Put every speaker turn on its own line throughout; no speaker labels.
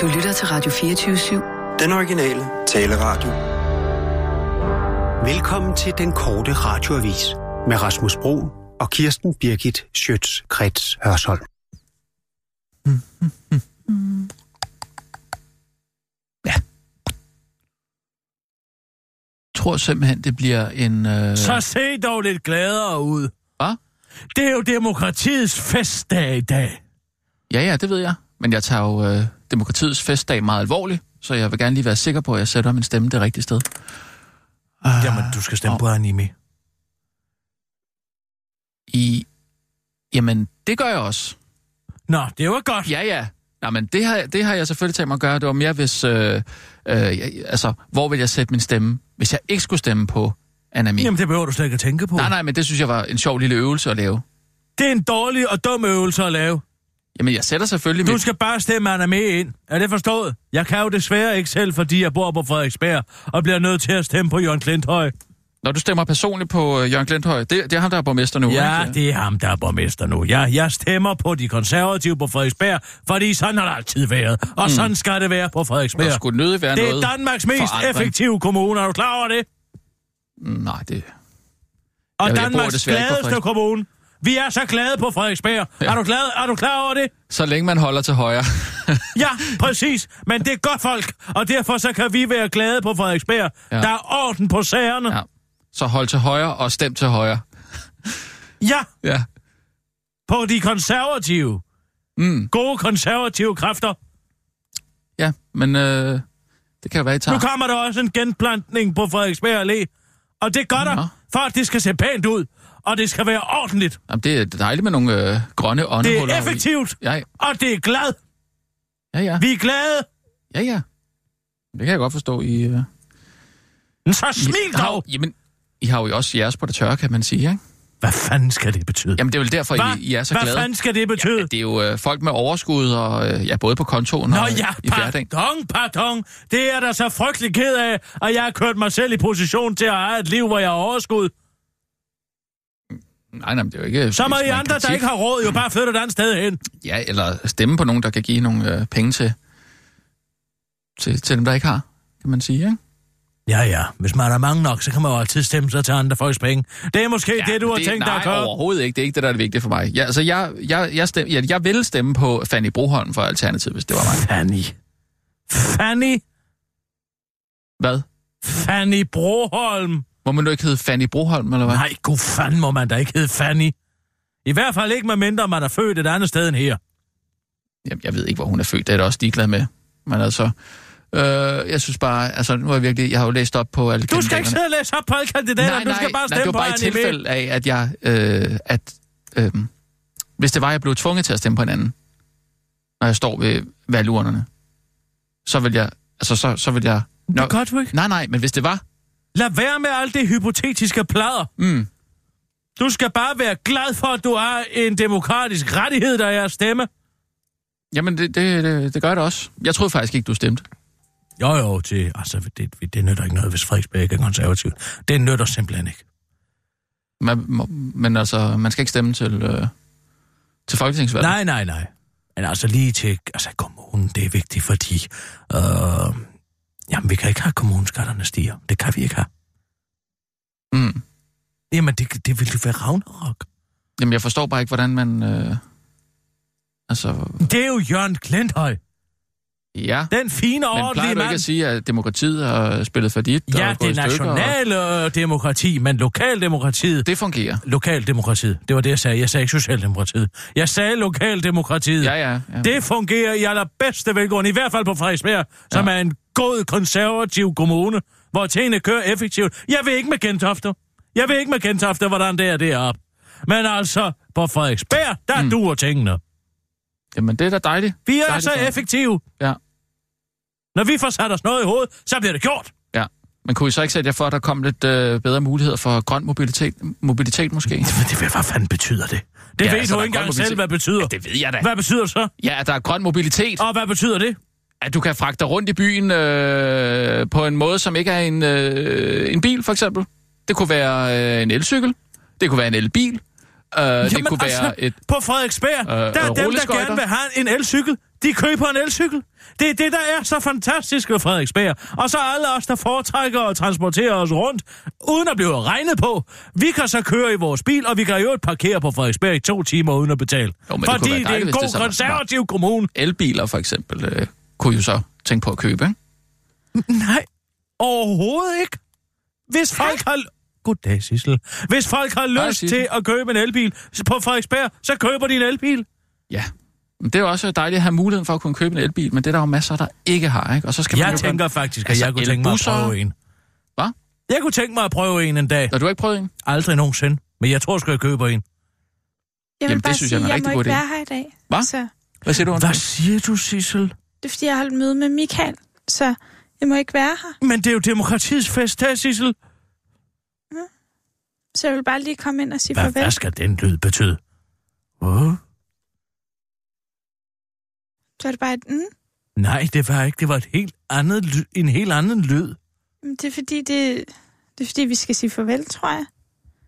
Du lytter til Radio 24-7.
Den originale taleradio.
Velkommen til den korte radioavis med Rasmus Bro og Kirsten Birgit Schøtz-Krets Hørsholm.
tror simpelthen, det bliver en... Øh...
Så se dog lidt gladere ud.
Hvad?
Det er jo demokratiets festdag i dag.
Ja, ja, det ved jeg. Men jeg tager jo øh, demokratiets festdag meget alvorligt, så jeg vil gerne lige være sikker på, at jeg sætter min stemme det rigtige sted.
Ah, Jamen, du skal stemme
og-
på anime.
I... Jamen, det gør jeg også.
Nå, det var godt.
Ja, ja. Nej, men det har, det har jeg selvfølgelig tænkt mig at gøre. Det var mere, hvis... Øh, øh, jeg, altså, hvor vil jeg sætte min stemme, hvis jeg ikke skulle stemme på Anami?
Jamen, det behøver du slet ikke at tænke på.
Nej, nej, men det synes jeg var en sjov lille øvelse at lave.
Det er en dårlig og dum øvelse at lave.
Jamen, jeg sætter selvfølgelig
Du
mit...
skal bare stemme anime ind. Er det forstået? Jeg kan jo desværre ikke selv, fordi jeg bor på Frederiksberg, og bliver nødt til at stemme på Jørgen Klinthøj.
Når du stemmer personligt på øh, Jørgen Glendhøj, det, det er ham, der er borgmester nu,
Ja,
ikke?
det er ham, der er borgmester nu. Ja, jeg stemmer på de konservative på Frederiksberg, fordi sådan har det altid været. Og mm. sådan skal det være på
Der
Frederiksberg.
skulle nødig være
Det er
noget
Danmarks mest
forandring.
effektive kommune, er du klar over det?
Mm, Nej, det...
Og
Jeg- jeg bor
Danmarks
desværre ikke på
gladeste
Frederiks-
kommune. Vi er så glade på Frederiksberg. Ja. Er, du glad, er du klar over det?
Så længe man holder til højre.
Ja, præcis. Men det er godt folk, og derfor så kan vi være glade på Frederiksberg.
Ja.
Ja. Der er orden på sagerne. Ja.
ja. Så hold til højre og stem til højre.
ja,
Ja.
på de konservative.
Mm.
Gode konservative kræfter.
Ja, men øh, det kan jo være, I
Nu
tager.
kommer der også en genplantning på Frederiksberg Allé. Og det gør
Nå.
der, for at det skal se pænt ud. Og det skal være ordentligt.
Jamen, det er dejligt med nogle øh, grønne
Det
åndehuller.
er
oveni.
effektivt,
Ja,
og det er glad.
ja, ja.
Vi er glade.
ja, ja. Det kan jeg godt forstå. I, øh...
Så smil dog.
Jamen, I har jo også jeres på det tørre, kan man sige, ikke?
Hvad fanden skal det betyde?
Jamen, det er vel derfor,
Hva?
I, I er så
Hvad
glade.
fanden skal det betyde?
Ja, det er jo øh, folk med overskud, og øh, ja, både på kontoen
Nå
og øh,
ja,
i hverdagen.
pardon, pardon. Det er jeg da så frygtelig ked af, og jeg har kørt mig selv i position til at have et liv, hvor jeg har overskud.
Nej, nej, men det er jo ikke...
Så må
ikke
I
sådan en
andre, der
kritik.
ikke har råd, jo bare flytte et andet sted hen.
Ja, eller stemme på nogen, der kan give nogle øh, penge til, til, til dem, der ikke har, kan man sige, ikke?
Ja, ja. Hvis man er mange nok, så kan man jo altid stemme sig til andre folks penge. Det er måske ja, det, du har
det,
tænkt dig
nej,
at gøre.
overhovedet ikke. Det er ikke det, der er det vigtige for mig. Ja, altså, jeg, jeg, jeg, stem, jeg, jeg ville stemme på Fanny Broholm for Alternativet, hvis det var mig.
Fanny. Fanny.
Hvad?
Fanny Broholm.
Må man nu ikke hedde Fanny Broholm, eller hvad?
Nej, god fanden må man da ikke hedde Fanny. I hvert fald ikke, med mindre man er født et andet sted end her.
Jamen, jeg ved ikke, hvor hun er født. Det er jeg da også ligeglad med. Men altså, øh, jeg synes bare, altså, nu er jeg virkelig, jeg har jo læst op på alle
Du skal
kandidaterne.
ikke sidde og læse op på alle kandidaterne. Du skal bare
nej, det
stemme
var
på E.
bare i
Annie Mæhl.
tilfælde af, at jeg, øh, at, øh, hvis det var, jeg blev tvunget til at stemme på en anden, når jeg står ved valgurnerne, så vil jeg, altså, så, så vil jeg... Nå,
Det gør du ikke.
nej, nej, men hvis det var,
Lad være med alt det hypotetiske plader.
mm,
Du skal bare være glad for, at du har en demokratisk rettighed, der er at stemme.
jamen, det, det, det, det gør det også. Jeg troede faktisk ikke, du stemte.
Jo, jo, det, altså, det, det, det nytter ikke noget, hvis Frederiksberg ikke er konservativ. Det nytter simpelthen ikke.
Man, må- men altså, man skal ikke stemme til, øh, til folketingsvalget.
Nej, nej, nej. Men altså lige til altså, kommunen, det er vigtigt, fordi... Øh, jamen, vi kan ikke have kommuneskatterne stiger. Det kan vi ikke have.
Mm.
Jamen, det, det ville jo være ragnarok.
Jamen, jeg forstår bare ikke, hvordan man... Øh, altså,
Det er jo Jørgen Klinthøj.
ja.
Den fine,
Men
ordentlige
plejer du ikke
mand.
at sige, at demokratiet har spillet for dit? og
Ja,
er gået
det
i stykker, og-
nationale øh, demokrati, men lokaldemokratiet,
Det fungerer.
lokaldemokratiet. Det var det, jeg sagde. Jeg sagde ikke socialdemokratiet. Jeg sagde lokaldemokratiet.
Ja, ja. ja.
Det fungerer i allerbedste velgående, i hvert fald på Frederiksberg, ja. som er en god konservativ kommune, hvor tingene kører effektivt. Jeg ved ikke med Gentofte. Jeg ved ikke med Gentofte, hvordan det er deroppe. Men altså, på Frederiksberg, der mm. duer tingene.
Jamen, det er da dejligt.
Vi er
Dejligt
så
for jer.
effektive.
Ja.
Når vi får sat os noget i hovedet, så bliver det gjort.
Ja. Men kunne I så ikke sætte jer for, at der kom lidt øh, bedre muligheder for grøn mobilitet, mobilitet måske?
Men det, hvad fanden betyder det? Det
Ja,
ja,
altså,
ved altså, du
der er
ikke engang
godt
selv, hvad betyder.
Det ved jeg da.
Hvad betyder det så?
Ja, at der er grøn mobilitet.
Og hvad betyder det?
At du kan fragte dig rundt i byen øh, på en måde, som ikke er en, øh, en bil, for eksempel. Det kunne være øh, en elcykel. Det kunne være en elbil. Øh, det
Jamen,
kunne
altså,
være et...
På Frederiksberg,
øh,
der er dem, der
rulleskøjter.
gerne vil have en elcykel. De køber en elcykel. Det er det, der er så fantastisk ved Frederiksberg. Og så alle os, der foretrækker og transporterer os rundt, uden at blive regnet på. Vi kan så køre i vores bil, og vi kan i øvrigt parkere på Frederiksberg i to timer uden at betale.
Jo, men det kunne
Fordi
være
det, er
dejligt,
en
hvis det
god
så var-
konservativ kommune.
Elbiler for eksempel øh, kunne jo så tænke på at købe, ikke?
Nej, overhovedet ikke. Hvis folk har... Goddag, Sissel. Hvis folk har
Hej,
lyst
Sissel.
til at købe en elbil på Frederiksberg, så køber de en elbil.
Ja. Men det er jo også dejligt at have muligheden for at kunne købe en elbil, men det er der jo masser, der ikke har, ikke? Og så skal man
Jeg
jo
tænker
Godt...
faktisk, at
Altså,
jeg kunne tænke mig at
elbusser-
prøve en.
Hva?
Jeg kunne tænke mig at prøve en en dag.
Når du har ikke prøvet en?
Aldrig nogensinde. Men jeg tror, sgu, jeg køber en.
Jeg vil
Jamen, det
bare
synes
sige,
jeg er en
jeg
rigtig
må
god
ikke
idé.
være her i dag.
Hvad?
Så,
Hvad siger du,
Hvad
Anders?
siger du, Sissel?
det er fordi, jeg har holdt møde med Michael, så jeg må ikke være her.
Men det er jo demokratiets festdag, Sissel.
Så jeg vil bare lige komme ind og sige
Hvad,
farvel.
hvad skal den lyd betyde? Åh?
Så er det bare et, mm,
Nej, det var ikke. Det var et helt andet lyd, en helt anden lyd.
men det er fordi, det, det er fordi, vi skal sige farvel, tror jeg.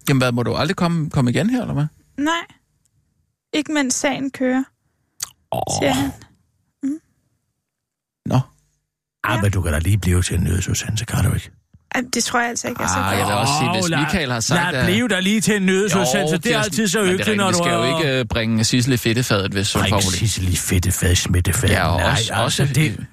Jamen, hvad, må du aldrig komme, komme igen her, eller hvad?
Nej. Ikke mens sagen kører, siger
Åh,
han.
Nå.
ah,
ja.
men du kan da lige blive til en nødsudsendelse, kan du ikke?
Ej, det tror jeg altså ikke er så
Ah,
godt.
jeg vil også sige,
Åh,
hvis
lad-
Michael har sagt...
Lad
at-
blive der lige til en nødsudsendelse.
Jo,
Det er
Kirsten,
altid så
men det er
hyggeligt,
rigtigt,
når du
Vi skal jo ikke øh, bringe Sissel i fedtefadet, hvis hun
Ej,
får det.
Sissel i fedte fad, smitte fad.
Ja, og
Nej,
også-
altså,
også-
det, det,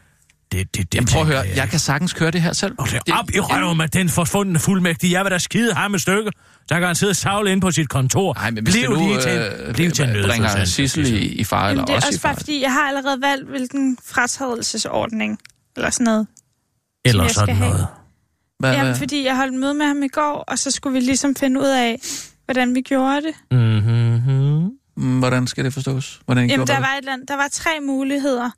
det, det
Jamen prøv at
tænker
høre, jeg
ikke.
kan sagtens køre det her selv.
Og det er op i røven med den forsvundne fuldmægtige. Jeg vil da skide ham et stykke. Der kan han sidde og savle ind på sit kontor.
Nej, men hvis
Bliv
det nu
lige til,
øh,
bliv til en
bringer
nødsudsendelse,
Sissel i, i fare, eller
Jamen, det er
også,
også
i
bare
fare.
fordi, jeg har allerede valgt, hvilken fratrædelsesordning eller sådan noget.
Eller
jeg
sådan
skal have.
noget.
Hvad,
Jamen,
hvad?
fordi jeg holdt møde med ham i går, og så skulle vi ligesom finde ud af, hvordan vi gjorde det.
Mm-hmm.
Mm, Hvordan skal det forstås? Hvordan
Jamen,
gjorde
der
du det?
var, et eller andet, der var tre muligheder.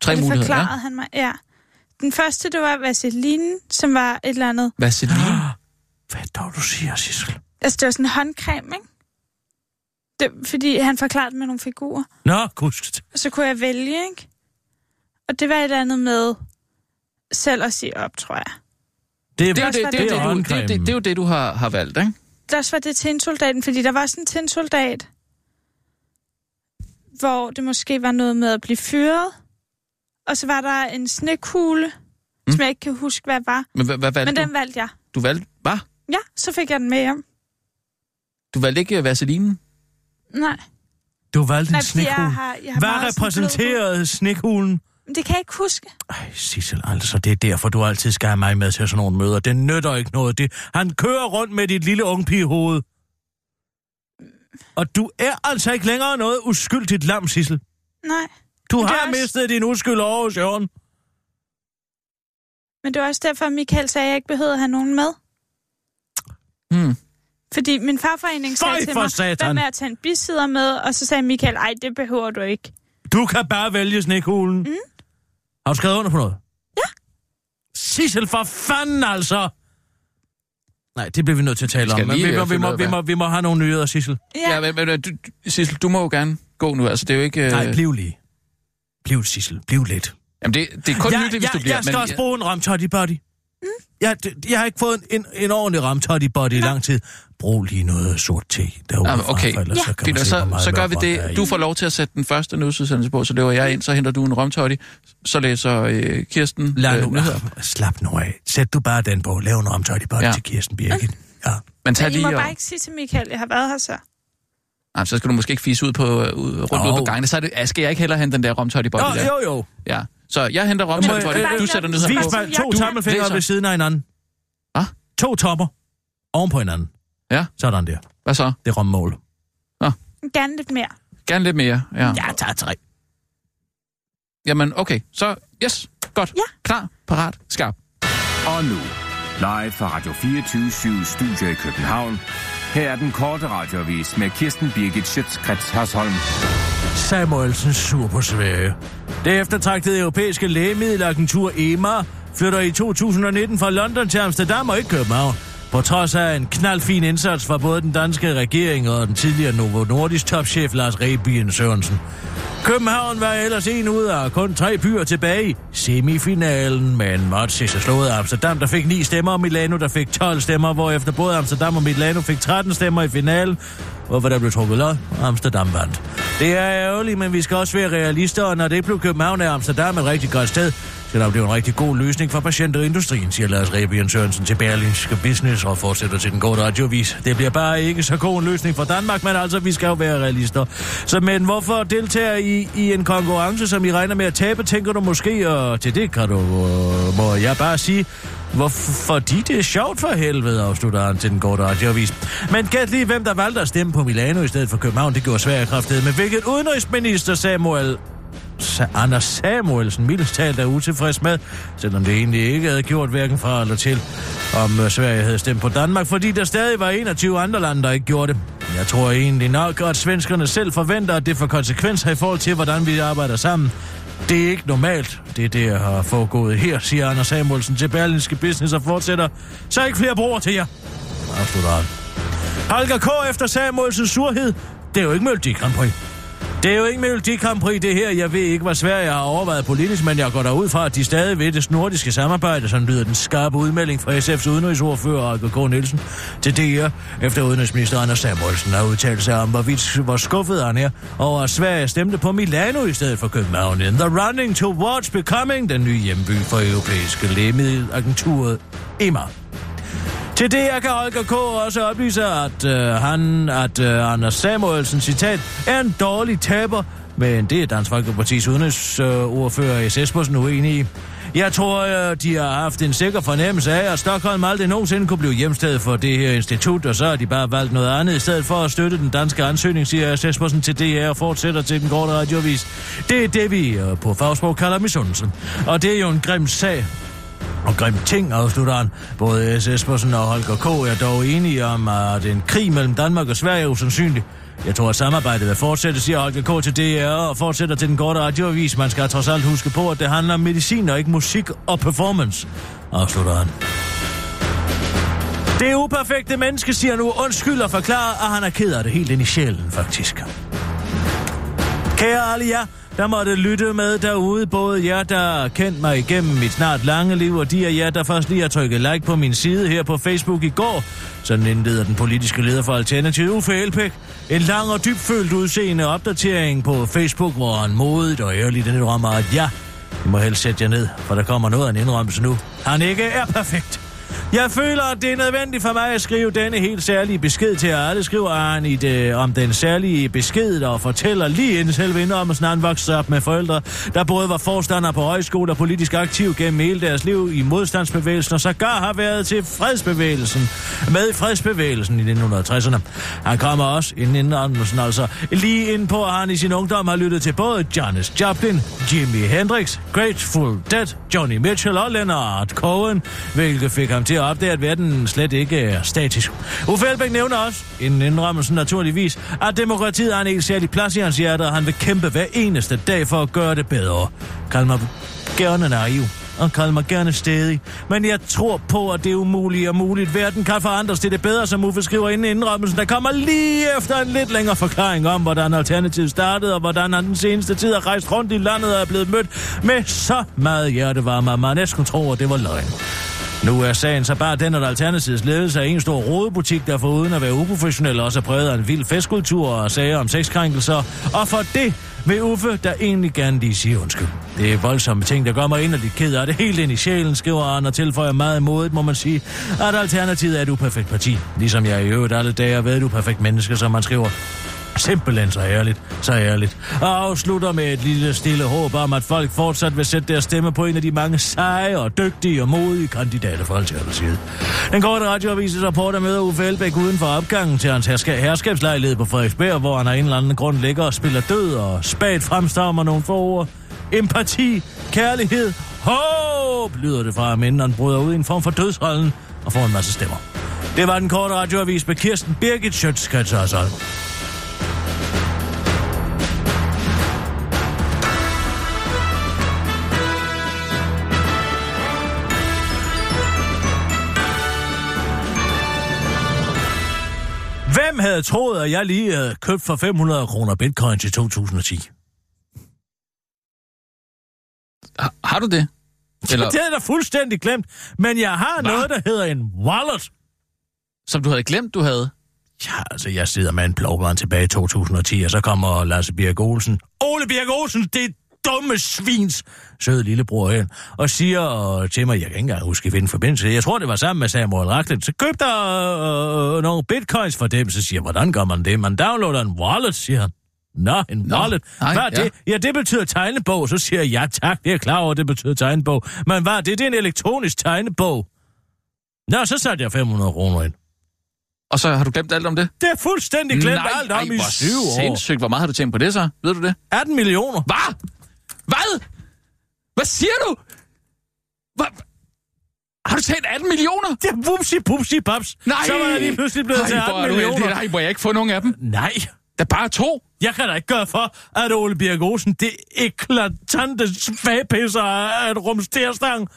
tre
og det
muligheder.
forklarede
Ja.
han mig. Ja. Den første, det var vaseline, som var et eller andet...
Vaseline.
Hvad dog du siger, Sissel?
Altså, det var sådan en håndcreme, ikke? Det, fordi han forklarede det med nogle figurer.
Nå, kusket.
Og så kunne jeg vælge, ikke? Og det var et eller andet med selv at sige op, tror jeg.
Det
Det er, jo det, det, er jo
Det
det,
er
du, det,
håndcreme.
det, det, er jo det, du har, har valgt, ikke?
Der også var det tændsoldaten, fordi der var sådan en tændsoldat, hvor det måske var noget med at blive fyret. Og så var der en snekugle, mm. som jeg ikke kan huske, hvad var.
Men hvad, hvad valgte
Men den
du?
valgte jeg.
Du valgte, hvad?
Ja, så fik jeg den med hjem.
Du valgte ikke øh, vaselinen?
Nej,
Du valgte
nej
en
fordi
snikhul.
jeg har, jeg har
Hvad
meget sådan blød hud.
repræsenterede snekhulen?
Det kan jeg ikke huske.
Ej, Sissel, altså, det er derfor, du altid skal have mig med til sådan nogle møder. Det nytter ikke noget. Det, han kører rundt med dit lille ungpigehoved. Og du er altså ikke længere noget uskyldigt lam, Sissel.
Nej,
Du
Men det
har
er
også...
også-
mistet din uskyld over hos Jørgen.
men det var også derfor, Michael sagde, at jeg ikke behøvede at have nogen med.
Hmm.
Fordi min farforening sagde
Føj
til
for
mig,
satan!
hvad med at tage en bisider med? Og så sagde Michael, ej, det behøver du ikke.
Du kan bare vælge snekuglen. Mm. Har du skrevet under på noget? Ja. Sissel, for fanden altså! Nej, det bliver vi nødt til at tale
skal
om. Men
lige,
vi, må,
øh,
vi,
finde
må,
ud af,
vi, må, vi må have nogle nyheder, Sissel.
Ja, ja
Ja,
men, men, øh, du, du- Sissel, du må jo gerne gå nu. Altså, det er jo ikke... Øh...
Nej, bliv lige. Bliv, Sissel. Bliv lidt.
Jamen, det, det er kun
jeg,
hyggeligt, hvis
jeg,
du bliver.
Jeg skal
men,
også bruge en ramtotti body. Mm. Jeg, det- jeg har ikke fået en, en, en ordentlig ramtotti body i lang tid. Brug lige noget sort te derude.
Jamen, Ah, okay.
Fra, for ellers
Ja.
så, kan
Fint,
man
og
se, hvor
så,
meget
så gør vi
mørbrand der er i.
det. Du får lov til at sætte den første nødsudsendelse på, så løber jeg ind, så henter du en romtotti, så læser øh, Kirsten
Lad
øh,
nu,
nyheder.
øh, slap nu af. Sæt du bare den på. Lav en ramtotti body
Ja.
ja. til Kirsten Birgit. Ja.
Men tag
men I
lige
må
og...
bare ikke sige til Michael, at jeg har været her så.
Ej, så skal du måske ikke fise ud på, øh, ud, rundt ude
Jo.
på gangene. Så er det, ah, skal jeg ikke heller hente den der romtotti body
Nå,
der?
jo, jo.
Ja. Så jeg henter romtotti
Må jeg-
body, du sætter nyheder
Så
øh, Vis
på.
bare
mig
som
to
jeg-
tommelfingre
læser.
ved siden af hinanden.
Hva?
To topper. Oven på hinanden.
Ja.
Sådan der.
Hvad så?
Det er rommål.
Gerne lidt mere.
Gerne lidt mere. Ja.
Ja, tager tre.
Jamen, okay. Så, yes. Godt.
Ja.
Klar, parat, skarp.
Og nu, live fra Radio 24 Studio i København. Her er den korte radiovis med Kirsten Birgit Schøtzgrads Hasholm.
Samuelsen sur på Sverige. Det eftertragtede europæiske lægemiddelagentur EMA flytter i 2019 fra London til Amsterdam og ikke København. På trods af en knaldfin indsats fra både den danske regering og den tidligere Novo Nordisk topchef Lars Rebien Sørensen. København var ellers en ud af kun tre byer tilbage i semifinalen, men måtte se sig slået af Amsterdam, der fik 9 stemmer, og Milano, der fik 12 stemmer, hvorefter både Amsterdam og Milano fik 13 stemmer i finalen, hvorfor der blev trukket lod, og Amsterdam vandt. Det er ærgerligt, men vi skal også være realister, og når det blev København, er Amsterdam et rigtig godt sted. Selvom det er en rigtig god løsning for patienter og industrien, siger Lars Rebien Sørensen til Berlingske Business og fortsætter til den gode radiovis. Det bliver bare ikke så god en løsning for Danmark, men altså, vi skal jo være realister. Så men hvorfor deltager I i en konkurrence, som I regner med at tabe, tænker du måske, og til det kan du, øh, må jeg bare sige, Hvorfor? Fordi det er sjovt for helvede, afslutter han til den korte radioavis. Men gæt lige, hvem der valgte at stemme på Milano i stedet for København. Det gjorde Sverige kraftedet. Men hvilket udenrigsminister Samuel Sa- Anders Samuelsen mildest talt er utilfreds med, selvom det egentlig ikke havde gjort hverken fra eller til, om øh, Sverige havde stemt på Danmark, fordi der stadig var 21 andre lande, der ikke gjorde det. Jeg tror egentlig nok, at svenskerne selv forventer, at det får konsekvenser i forhold til, hvordan vi arbejder sammen. Det er ikke normalt. Det er det, jeg har foregået her, siger Anders Samuelsen til Berlinske Business og fortsætter. Så ikke flere broer til jer. Afslutter han. Holger K. efter Samuelsens surhed. Det er jo ikke Melodi Grand Prix. Det er jo ikke Melodi Grand Prix, det her. Jeg ved ikke, hvad Sverige har overvejet politisk, men jeg går derud fra, at de stadig ved det nordiske samarbejde, som lyder den skarpe udmelding fra SF's udenrigsordfører, Holger K. Nielsen, til DR, efter udenrigsminister Anders Samuelsen har udtalt sig om, hvorvidt hvor skuffet han er over, at Sverige stemte på Milano i stedet for København. In the running towards becoming den nye hjemby for europæiske lægemiddelagenturet EMA. Til det her kan Holger K. også oplyse, at øh, han, at øh, Anders Samuelsen, citat, er en dårlig taber, men det er Dansk Folkeparti's udenrigsordfører øh, S. Espersen uenig i. Jeg tror, øh, de har haft en sikker fornemmelse af, at Stockholm aldrig nogensinde kunne blive hjemsted for det her institut, og så har de bare valgt noget andet i stedet for at støtte den danske ansøgning, siger S. Espersen til DR og fortsætter til den korte radiovis. Det er det, vi øh, på fagsprog kalder misundelse. Og det er jo en grim sag, og grim ting, afslutter han. Både S. Espersen og Holger K. er dog enige om, at en krig mellem Danmark og Sverige er usandsynlig. Jeg tror, at samarbejdet vil fortsætte, siger Holger K. til DR og fortsætter til den korte radioavis. Man skal trods alt huske på, at det handler om medicin og ikke musik og performance, afslutter han. Det uperfekte menneske siger nu undskyld og forklarer, at han er ked af det helt ind i sjælen, faktisk. Kære alle jer, der måtte lytte med derude, både jer, der har kendt mig igennem mit snart lange liv, og de af jer, der først lige har trykket like på min side her på Facebook i går. Sådan indleder den politiske leder for Alternativet, Uffe Elbæk. En lang og dybfølt udseende opdatering på Facebook, hvor han modigt og ærligt indrømmer, at ja, I må helst sætte jer ned, for der kommer noget af en indrømmelse nu. Han ikke er perfekt. Jeg føler, at det er nødvendigt for mig at skrive denne helt særlige besked til jer alle, skriver han i det, om den særlige besked, og fortæller lige inden selve indrømmelsen, han voksede op med forældre, der både var forstander på højskole og politisk aktiv gennem hele deres liv i modstandsbevægelsen, og sågar har været til fredsbevægelsen, med i fredsbevægelsen i 1960'erne. Han kommer også, inden indrømmelsen altså, lige ind på, at han i sin ungdom har lyttet til både Janis Joplin, Jimi Hendrix, Grateful Dead, Johnny Mitchell og Leonard Cohen, hvilket fik ham til at opdage, at verden slet ikke er statisk. Uffe Elbæk nævner også, inden indrømmelsen naturligvis, at demokratiet har en helt særlig plads i hans hjerte, og han vil kæmpe hver eneste dag for at gøre det bedre. Kald mig gerne naiv og kald mig gerne stedig. Men jeg tror på, at det er umuligt og muligt. Verden kan forandres til det bedre, som Uffe skriver inden indrømmelsen. Der kommer lige efter en lidt længere forklaring om, hvordan Alternativet startede, og hvordan han den seneste tid har rejst rundt i landet og er blevet mødt med så meget hjertevarme, at man næsten tror, at det var løgn. Nu er sagen så bare den, at Alternativets ledelse er en stor rodebutik, der foruden at være uprofessionel også er præget af en vild festkultur og sager om sexkrænkelser. Og for det vil Uffe, der egentlig gerne lige sige undskyld. Det er voldsomme ting, der gør mig inderligt ked af det helt ind i sjælen, skriver han og tilføjer meget modigt, må man sige, at Alternativet er et uperfekt parti. Ligesom jeg i øvrigt alle dage har været et uperfekt menneske, som man skriver. Simpelthen så ærligt, så ærligt. Og afslutter med et lille stille håb om, at folk fortsat vil sætte deres stemme på en af de mange seje og dygtige og modige kandidater for Alternativet. Den korte radioavises rapporter møder Uffe Elbæk uden for opgangen til hans herska- herskabslejlighed på Frederiksberg, hvor han af en eller anden grund ligger og spiller død og spagt fremstammer nogle få ord. Empati, kærlighed, håb, lyder det fra ham, inden han bryder ud i en form for dødsrollen og får en masse stemmer. Det var den korte radioavis med Kirsten Birgit Schøtzgrads Hørsholm. havde troet, at jeg lige havde købt for 500 kroner bitcoin til 2010?
Har, har du det? Eller,
Det er da fuldstændig glemt. Men jeg har
Hva?
noget, der hedder en wallet.
som du havde glemt, du havde?
Ja, altså, jeg sidder med en plovbarn tilbage i 2010, og så kommer Lasse Birk Olsen. Ole Birk Olsen, det dumme svins, søde lillebror hen, og siger øh, til mig, jeg kan ikke engang huske, hvilken forbindelse, jeg tror, det var sammen med Samuel Racklin, så køb der øh, nogle bitcoins for dem, så siger jeg, hvordan gør man det? Man downloader en wallet, siger han. Nå, en
Nå,
wallet.
nej,
hvad er det? Ja, det betyder tegnebog. Så siger jeg, ja tak, det er klar over, det betyder tegnebog. Men hvad er det? Det er en elektronisk tegnebog. Nå, så satte jeg 500 kroner ind.
Og så har du glemt alt om det?
Det er fuldstændig glemt
Nej,
alt om
ej,
i
hvor
syv år.
Sindssygt. Hvor meget har du tænkt på det så? Ved du det?
18 millioner.
Hvad? Hvad? Hvad siger du? Hvad? Har du talt 18 millioner?
Det er vupsi, pupsi, paps.
Nej!
Så var jeg lige pludselig blevet til
Ej, hvor
18
er du
millioner.
heldig. Nej, hvor jeg ikke få nogen af dem.
Nej,
Der er bare to.
jeg kan da ikke gøre for, at Ole Birk Olsen, det eklatante svagpisser af et rumsterstang,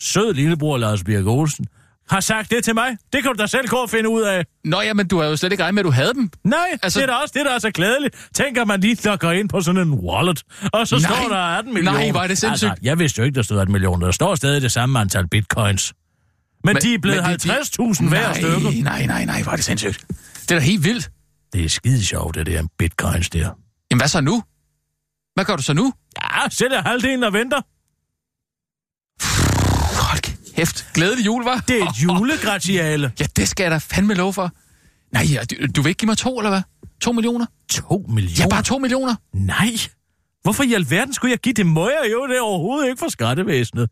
sød lillebror Lars Birk Olsen, har sagt det til mig. Det kan du da selv gå og finde ud af.
Nå ja, men du har jo slet ikke regnet med, at du havde dem.
Nej,
Altså-
altså, det er da også det, der er så glædeligt. Tænker man lige logger ind på sådan en wallet, og så
Nej.
står der 18
Nej,
millioner.
hvor er det sindssygt.
Altså, jeg vidste jo ikke, der stod 18 millioner. Der står stadig det samme antal bitcoins. Men, men de er blevet
men det-
50.000
de-
hver stykke.
Nej, nej, nej, nej, hvor er det sindssygt. Det er da helt vildt.
Det er skide sjovt, det der bitcoins der.
Jamen, hvad så nu? Hvad gør du så nu?
Ja, sælger halvdelen og venter.
Hold kæft. Glædelig jul, var.
Det er et julegratiale.
Ja, det skal jeg da fandme lov for. Nej, ja, du, du vil ikke give mig to, eller hvad? To millioner?
To millioner?
Ja, bare to millioner.
Nej. Hvorfor i alverden skulle jeg give det? Må jeg jo det overhovedet ikke for skattevæsenet?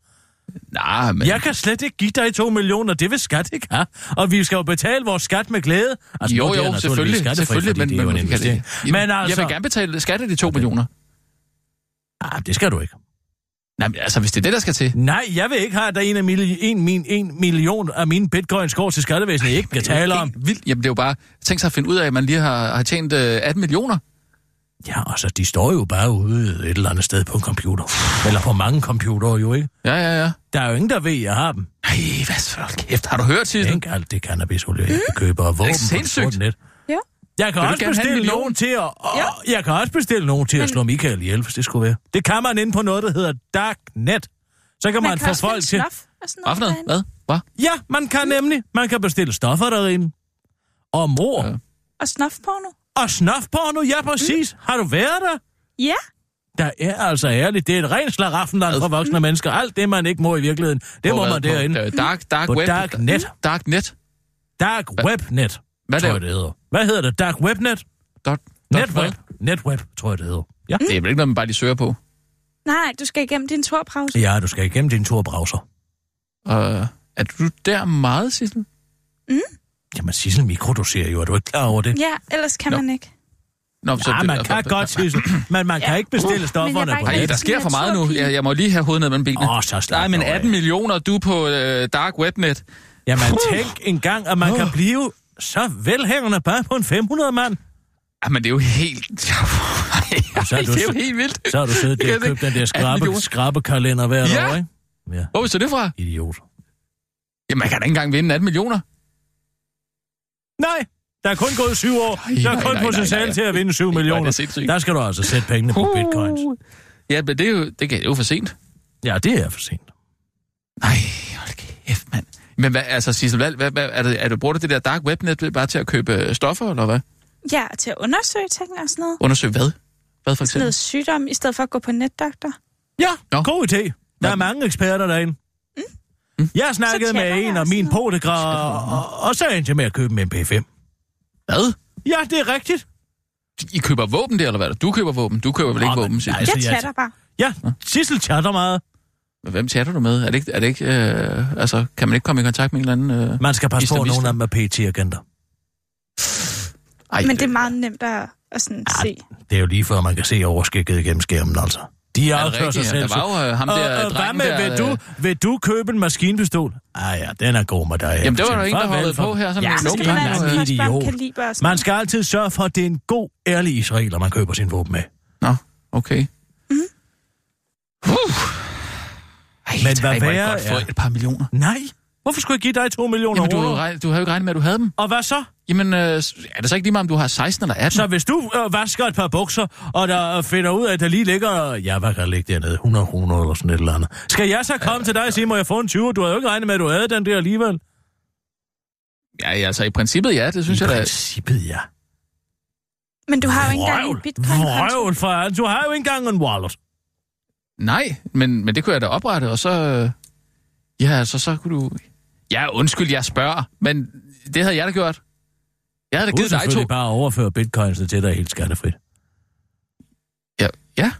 Nej, men...
Jeg kan slet ikke give dig to millioner, det vil skat ikke have. Og vi skal jo betale vores skat med glæde. Altså, nu
jo,
er det
jo,
naturligvis
selvfølgelig,
skattefrit,
selvfølgelig,
fordi
men,
det er jo
men,
en
men, kan det,
investering.
Jamen,
Men
jeg
altså...
vil gerne betale skat af de to millioner.
Ah, det skal du ikke.
Nej, men altså, hvis det er det, der skal til.
Nej, jeg vil ikke have, at der er en, af mil- en, min, en million af mine bitcoins går til skattevæsenet, jeg ikke kan tale om.
Helt Vildt. Jamen, det er jo bare... Tænk sig at finde ud af, at man lige har, har tjent øh, 18 millioner.
Ja, altså, de står jo bare ude et eller andet sted på en computer. Eller på mange computere jo, ikke?
Ja, ja, ja.
Der er jo ingen, der ved, at jeg har dem.
Ej, hvad så kæft. Har du hørt, Sissel?
Tænk alt det cannabisolie, jeg køber og våben på det
sindssygt?
sorte net.
Ja.
Jeg kan,
Vil du
også
gerne have en
bestille
million?
nogen til at, og, jeg kan også bestille nogen til at slå Michael ihjel, hvis det skulle være. Det kan man inde på noget, der hedder Darknet. Så kan man,
Man kan
få
også
folk
finde
til...
stof og sådan
Hvad for noget? Hvad? Hvad?
Ja, man
Mm.
kan nemlig. Man kan bestille stoffer derinde. Og mor.
Ja.
Ja.
Og snofporno?
Og snofporno, ja præcis. Mm. Har du været der?
Ja.
Der er altså ærligt, det er et rent slaraffenland for
Mm.
voksne mennesker. Alt det, man ikke må i virkeligheden, det må
Altså- Hvor- hvad?
man
På,
derinde.
øh, Dark, dark
På
web.
Darknet.
Dark net.
Dark Webnet,
Hvad
tror
laver
jeg, det hedder. Hvad hedder det? Dark Webnet?
Dot, dot
Netweb.
hvad?
Netweb, tror jeg, det hedder. Ja.
Det er vel ikke noget, man bare lige søger på.
Nej, du skal igennem din torpause.
Ja, du skal igennem din Tor-browser.
Uh, er du der meget, Sissel?
Jamen, Sissel mikrodoserer jo. Er du ikke klar over det?
Ja, ellers kan
Nå.
man ikke.
Nå,
Ja,
det-
man kan godt, Sissel, men man kan ikke bestille stofferne
bare
på
Ej,
ikke-
nettet.
der sker for meget nu. Jeg, jeg må lige have hovedet ned mellem benene.
Åh, så slap
Nej, men
dog af.
18 millioner, du er på øh, dark webnet.
Jamen, tænk engang, at man kan blive så velhængende bare på en 500 mand.
Jamen, Ah, det er jo helt... Ej,
Så er du-
det er jo helt vildt.
Så har du siddet der og købt den der
18
skrabe,
millioner.
skrabekalender hvert
Ja.
år, ikke? Ja,
Hvor er så det fra?
idiot.
Jamen, man kan da ikke engang vinde 18 millioner.
Nej, der er kun gået syv år.
Nej,
Der er
nej,
kun
nej, nej,
potentiale
nej.
til at vinde syv
Nej, hvor er
millioner.
det sindssygt.
Der skal du altså sætte pengene på bitcoins.
Ja, men det er jo, det kan- det er jo for sent.
Ja, det er for sent.
Nej, hold kæft, mand. Men hvad, altså, Sissel, hvad, hvad, hvad, er, det, er du, bruger du det der dark webnet bare til at købe øh, stoffer, eller hvad?
Ja, og til at undersøge ting og sådan noget.
Undersøg hvad? Hvad for
Sådan
eksempel?
noget sygdom, i stedet for at gå på netdoktor.
Ja,
Nå. Mm.
god idé. Der er
Nå.
mange eksperter derinde. Jeg snakkede
Så tjekker
med
jeg
en af
også
mine
noget.
potegrader, og, og så endte jeg med at købe en MP5.
Hvad?
Ja, det er rigtigt.
I køber våben der, eller hvad? Du køber våben. Du køber vel
Nå,
ikke
men
våben, Sissel?
Altså,
Jeg
jeg-
chatter bare.
Ja, Sissel chatter meget.
Men Hvem chatter du med? Er det ikke, er det ikke øh, altså, kan man ikke komme i kontakt med en eller anden... Øh...
Man skal passe på, at
Islamist.
nogen af dem er PT-agenter.
Ej,
Men det er meget nemt at, at sådan se.
Det er jo lige før, man kan se overskægget gennem skærmen, altså. De
Er
er
det
afført sig
rigtigt? Ja,
selv.
der var jo øh, ham
Og,
der,
og
øh,
hvad
drengen
med,
der...
vil du,
øh,
vil du købe en maskinpistol? Ah ja, den er god med dig.
Jamen, det var der
Henrik.
ingen, der
Farvel
hoppede
for-
på her, som
ja,
en
Så
ung
skal det
mand.
være
Nogen
en
en
gange,
spørgsmål
idiot.
kaliber og sådan
Man skal altid sørge for, at det er en god, ærlig israeler, man køber sin våben med.
Nå, okay. Mm. Uh. Ej,
Men
der
hvad
er ikke
værre
godt få
er-
et par millioner.
Nej, hvorfor skulle jeg give dig to millioner
Jamen, du,
kroner?
havde jo regnet- du havde jo ikke regnet med, at du havde dem.
Og hvad så?
Jamen, øh, s- er det så ikke lige meget, om du har 16 eller 18?
Så hvis du øh, vasker et par bukser, og der øh, finder ud af, at der lige ligger, øh, ja, hvad kan der ligge dernede, 100 kroner eller sådan et eller andet. Skal jeg så komme til dig og sige, må jeg få en 20? Du havde jo ikke regnet med, at du havde den der alligevel.
Ja, ja, altså i princippet ja, det synes
I
jeg da.
princippet, ja.
Men du har jo ikke engang en
Vrøvl.
bitcoin
Vrøvl, for du har jo ikke engang en wallet.
Nej, men, men det kunne jeg da oprette, og så... øh, Ja, altså, så kunne du... Ja, undskyld, jeg spørger, men det havde jeg da gjort. Jeg havde da
Du kan
givet dig to...
selvfølgelig bare overføre bitcoinsene til dig helt skattefrit.
Ja, ja.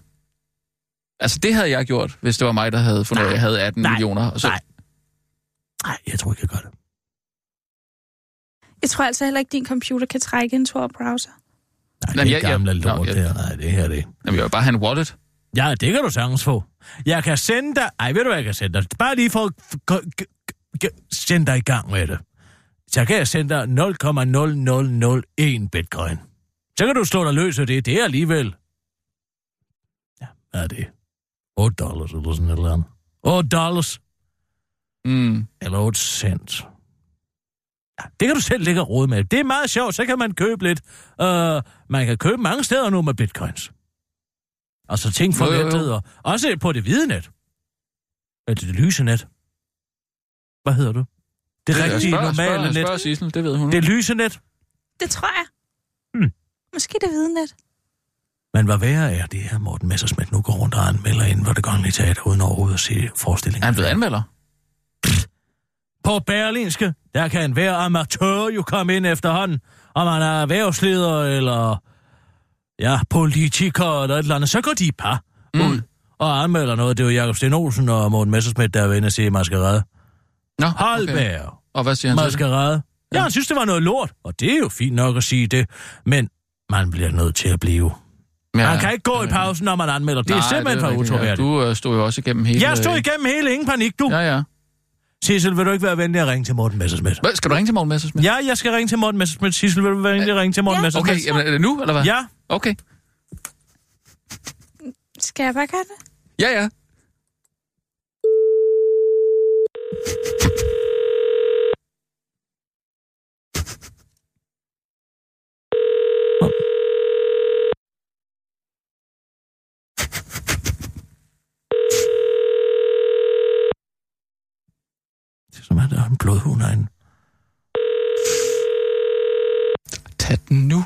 Altså, det havde jeg gjort, hvis det var mig, der havde fundet ud af, at jeg havde 18
nej,
millioner. Og så...
nej. Nej, jeg tror ikke, jeg gør det.
Jeg tror altså heller ikke, din computer kan trække en Tor browser.
Nej,
Nå,
det er
jeg- jeg-
gamle
nå,
lort
jeg-
der. Nej, det her er det.
Jamen, jeg vil bare have en wallet. Mm.
Ja, det kan du sagtens få. Jeg kan sende dig... Ej, ved du hvad, jeg kan sende dig? Bare lige for at g- g- g- sende dig i gang med det. Så kan jeg sende dig 0,0001 bitcoin. Så kan du slå dig løs af det. Det er alligevel... Ja, hvad er det? 8 dollars eller sådan et eller andet. 8 dollars
Mm.
eller 8 cent. Ja, det kan du selv ligge og rode med. Det er meget sjovt, så kan man købe lidt. Uh, man kan købe mange steder nu med bitcoins. Altså ting for
Jo, jo, jo.
nettet, og også på det hvide net. Eller det lyse net. Hvad hedder du? Det, det
Jeg
rigtige,
spørger-
normale
spørger-
net.
spørger Sissel, det ved hun.
Det lyse net.
Det tror jeg.
Hmm.
Måske det vidnet.
Men hvad værre er det her, Morten Messersmith nu går rundt og anmelder inden for det kongelige teater, uden overhovedet at se forestillingen.
Er han blevet anmelder?
På Berlinske, der kan enhver amatør jo komme ind efterhånden. Om han er erhvervsleder eller ja, politiker eller et eller andet, så går de i par mm. ud og anmelder noget. Det var Jakob Sten Olsen og Morten Messerschmidt, der er ved inde og se maskerade.
Nå, okay. Altså-
Holberg, okay.
Og hvad siger han så?
maskerade. Ja, han synes, det var noget lort, og det er jo fint nok at sige det, men man bliver nødt til at blive. Ja, man kan ikke gå i pausen, når man anmelder. Det er
Nej,
simpelthen for
rigtigt, ja.
utroværdigt.
Du øh, stod jo også igennem hele...
Jeg stod igennem hele ingen panik, du.
Ja,
Ja.
ja.
Sissel, vil du ikke være venlig at ringe til Morten Messerschmidt?
Hvad, skal du ringe til Morten Messersmith?
Ja, jeg skal ringe til Morten Messerschmidt. Sissel, vil du være venlig at ringe til Morten
Ja.
Messerschmidt?
Okay, jamen, er det nu, eller hvad?
Ja,
Okay.
Skal jeg bare gøre det?
Ja, ja.
det er som at der er en blodhund herinde.
Tag den nu.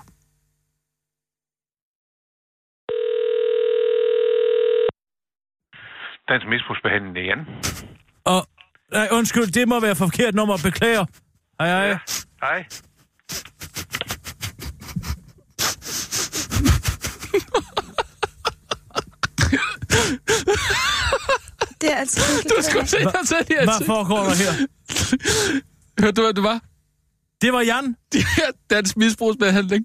Dansk misbrugsbehandling igen.
Og, nej, undskyld, det må være forkert nummer. Beklager. Hej, hej.
Hej.
Det er altså virkelig
Du skulle se dig selv i
Hvad
ansigtet.
foregår der her?
Hørte du, hvad du var?
Det var Jan.
Det her dansk misbrugsbehandling.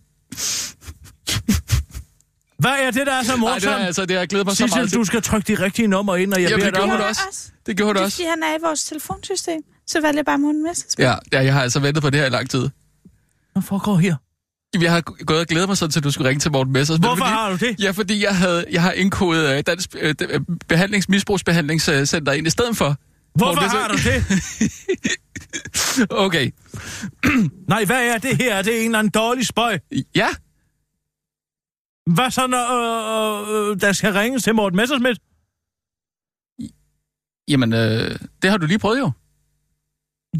Hvad er det, der er så
Nej, det,
morsomt?
er altså, det har jeg glædet mig så meget
Sissel,
til.
du skal trykke de rigtige numre ind, og jeg
Jamen,
beder
det
dig om
gjorde hun
det. Jeg
også.
også.
Det gjorde hun
Det er
også.
fordi, han er i vores telefonsystem. Så valgte jeg bare Morten Messerschmidt.
Ja, ja, jeg har altså ventet på det her i lang tid.
Hvad foregår her?
Jamen, Jeg har gået og glædet mig sådan til, at du skulle ringe til Morten Messers.
Hvorfor har du det?
Ja, fordi jeg, havde, jeg har indkodet øh, Dansk øh, d- øh, Behandlings Misbrugsbehandlingscenter ind i stedet for.
Hvorfor
Morten
har du det?
Okay.
Nej, hvad er det her? Er det en eller anden dårlig spøj?
Ja,
Hvad så, når øh, øh, der skal ringes til Morten Messerschmidt?
jamen, øh, det har du lige prøvet jo.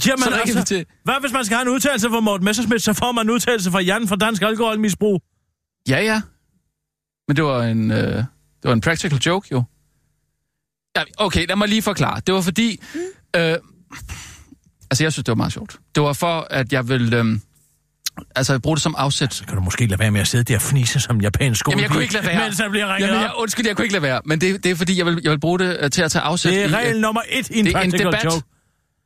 Jamen
Så ringer vi
altså,
til-
hvad hvis man skal have en udtalelse fra Morten Messerschmidt, så får man en udtalelse fra Jan fra Dansk Alkoholmisbrug.
Ja, ja. Men det var en, øh, det var en practical joke, jo. Ja, okay, lad mig lige forklare. Det var fordi...
Mm.
Øh, altså, jeg synes, det var meget sjovt. Det var for, at jeg ville... Øh, altså, bruge det som afsæt.
Kan du måske lade være med at sidde der og fnise som en japansk skole?
Jamen, jeg kunne ikke lade være.
Men så bliver ringet
Jamen,
Jamen,
jeg, undskyld, jeg kunne ikke lade være, men det, det er fordi, jeg vil, jeg vil bruge det øh, til at tage afsæt
Det
i,
er
øh,
regel nummer et i en
det er en
practical
debat.
joke.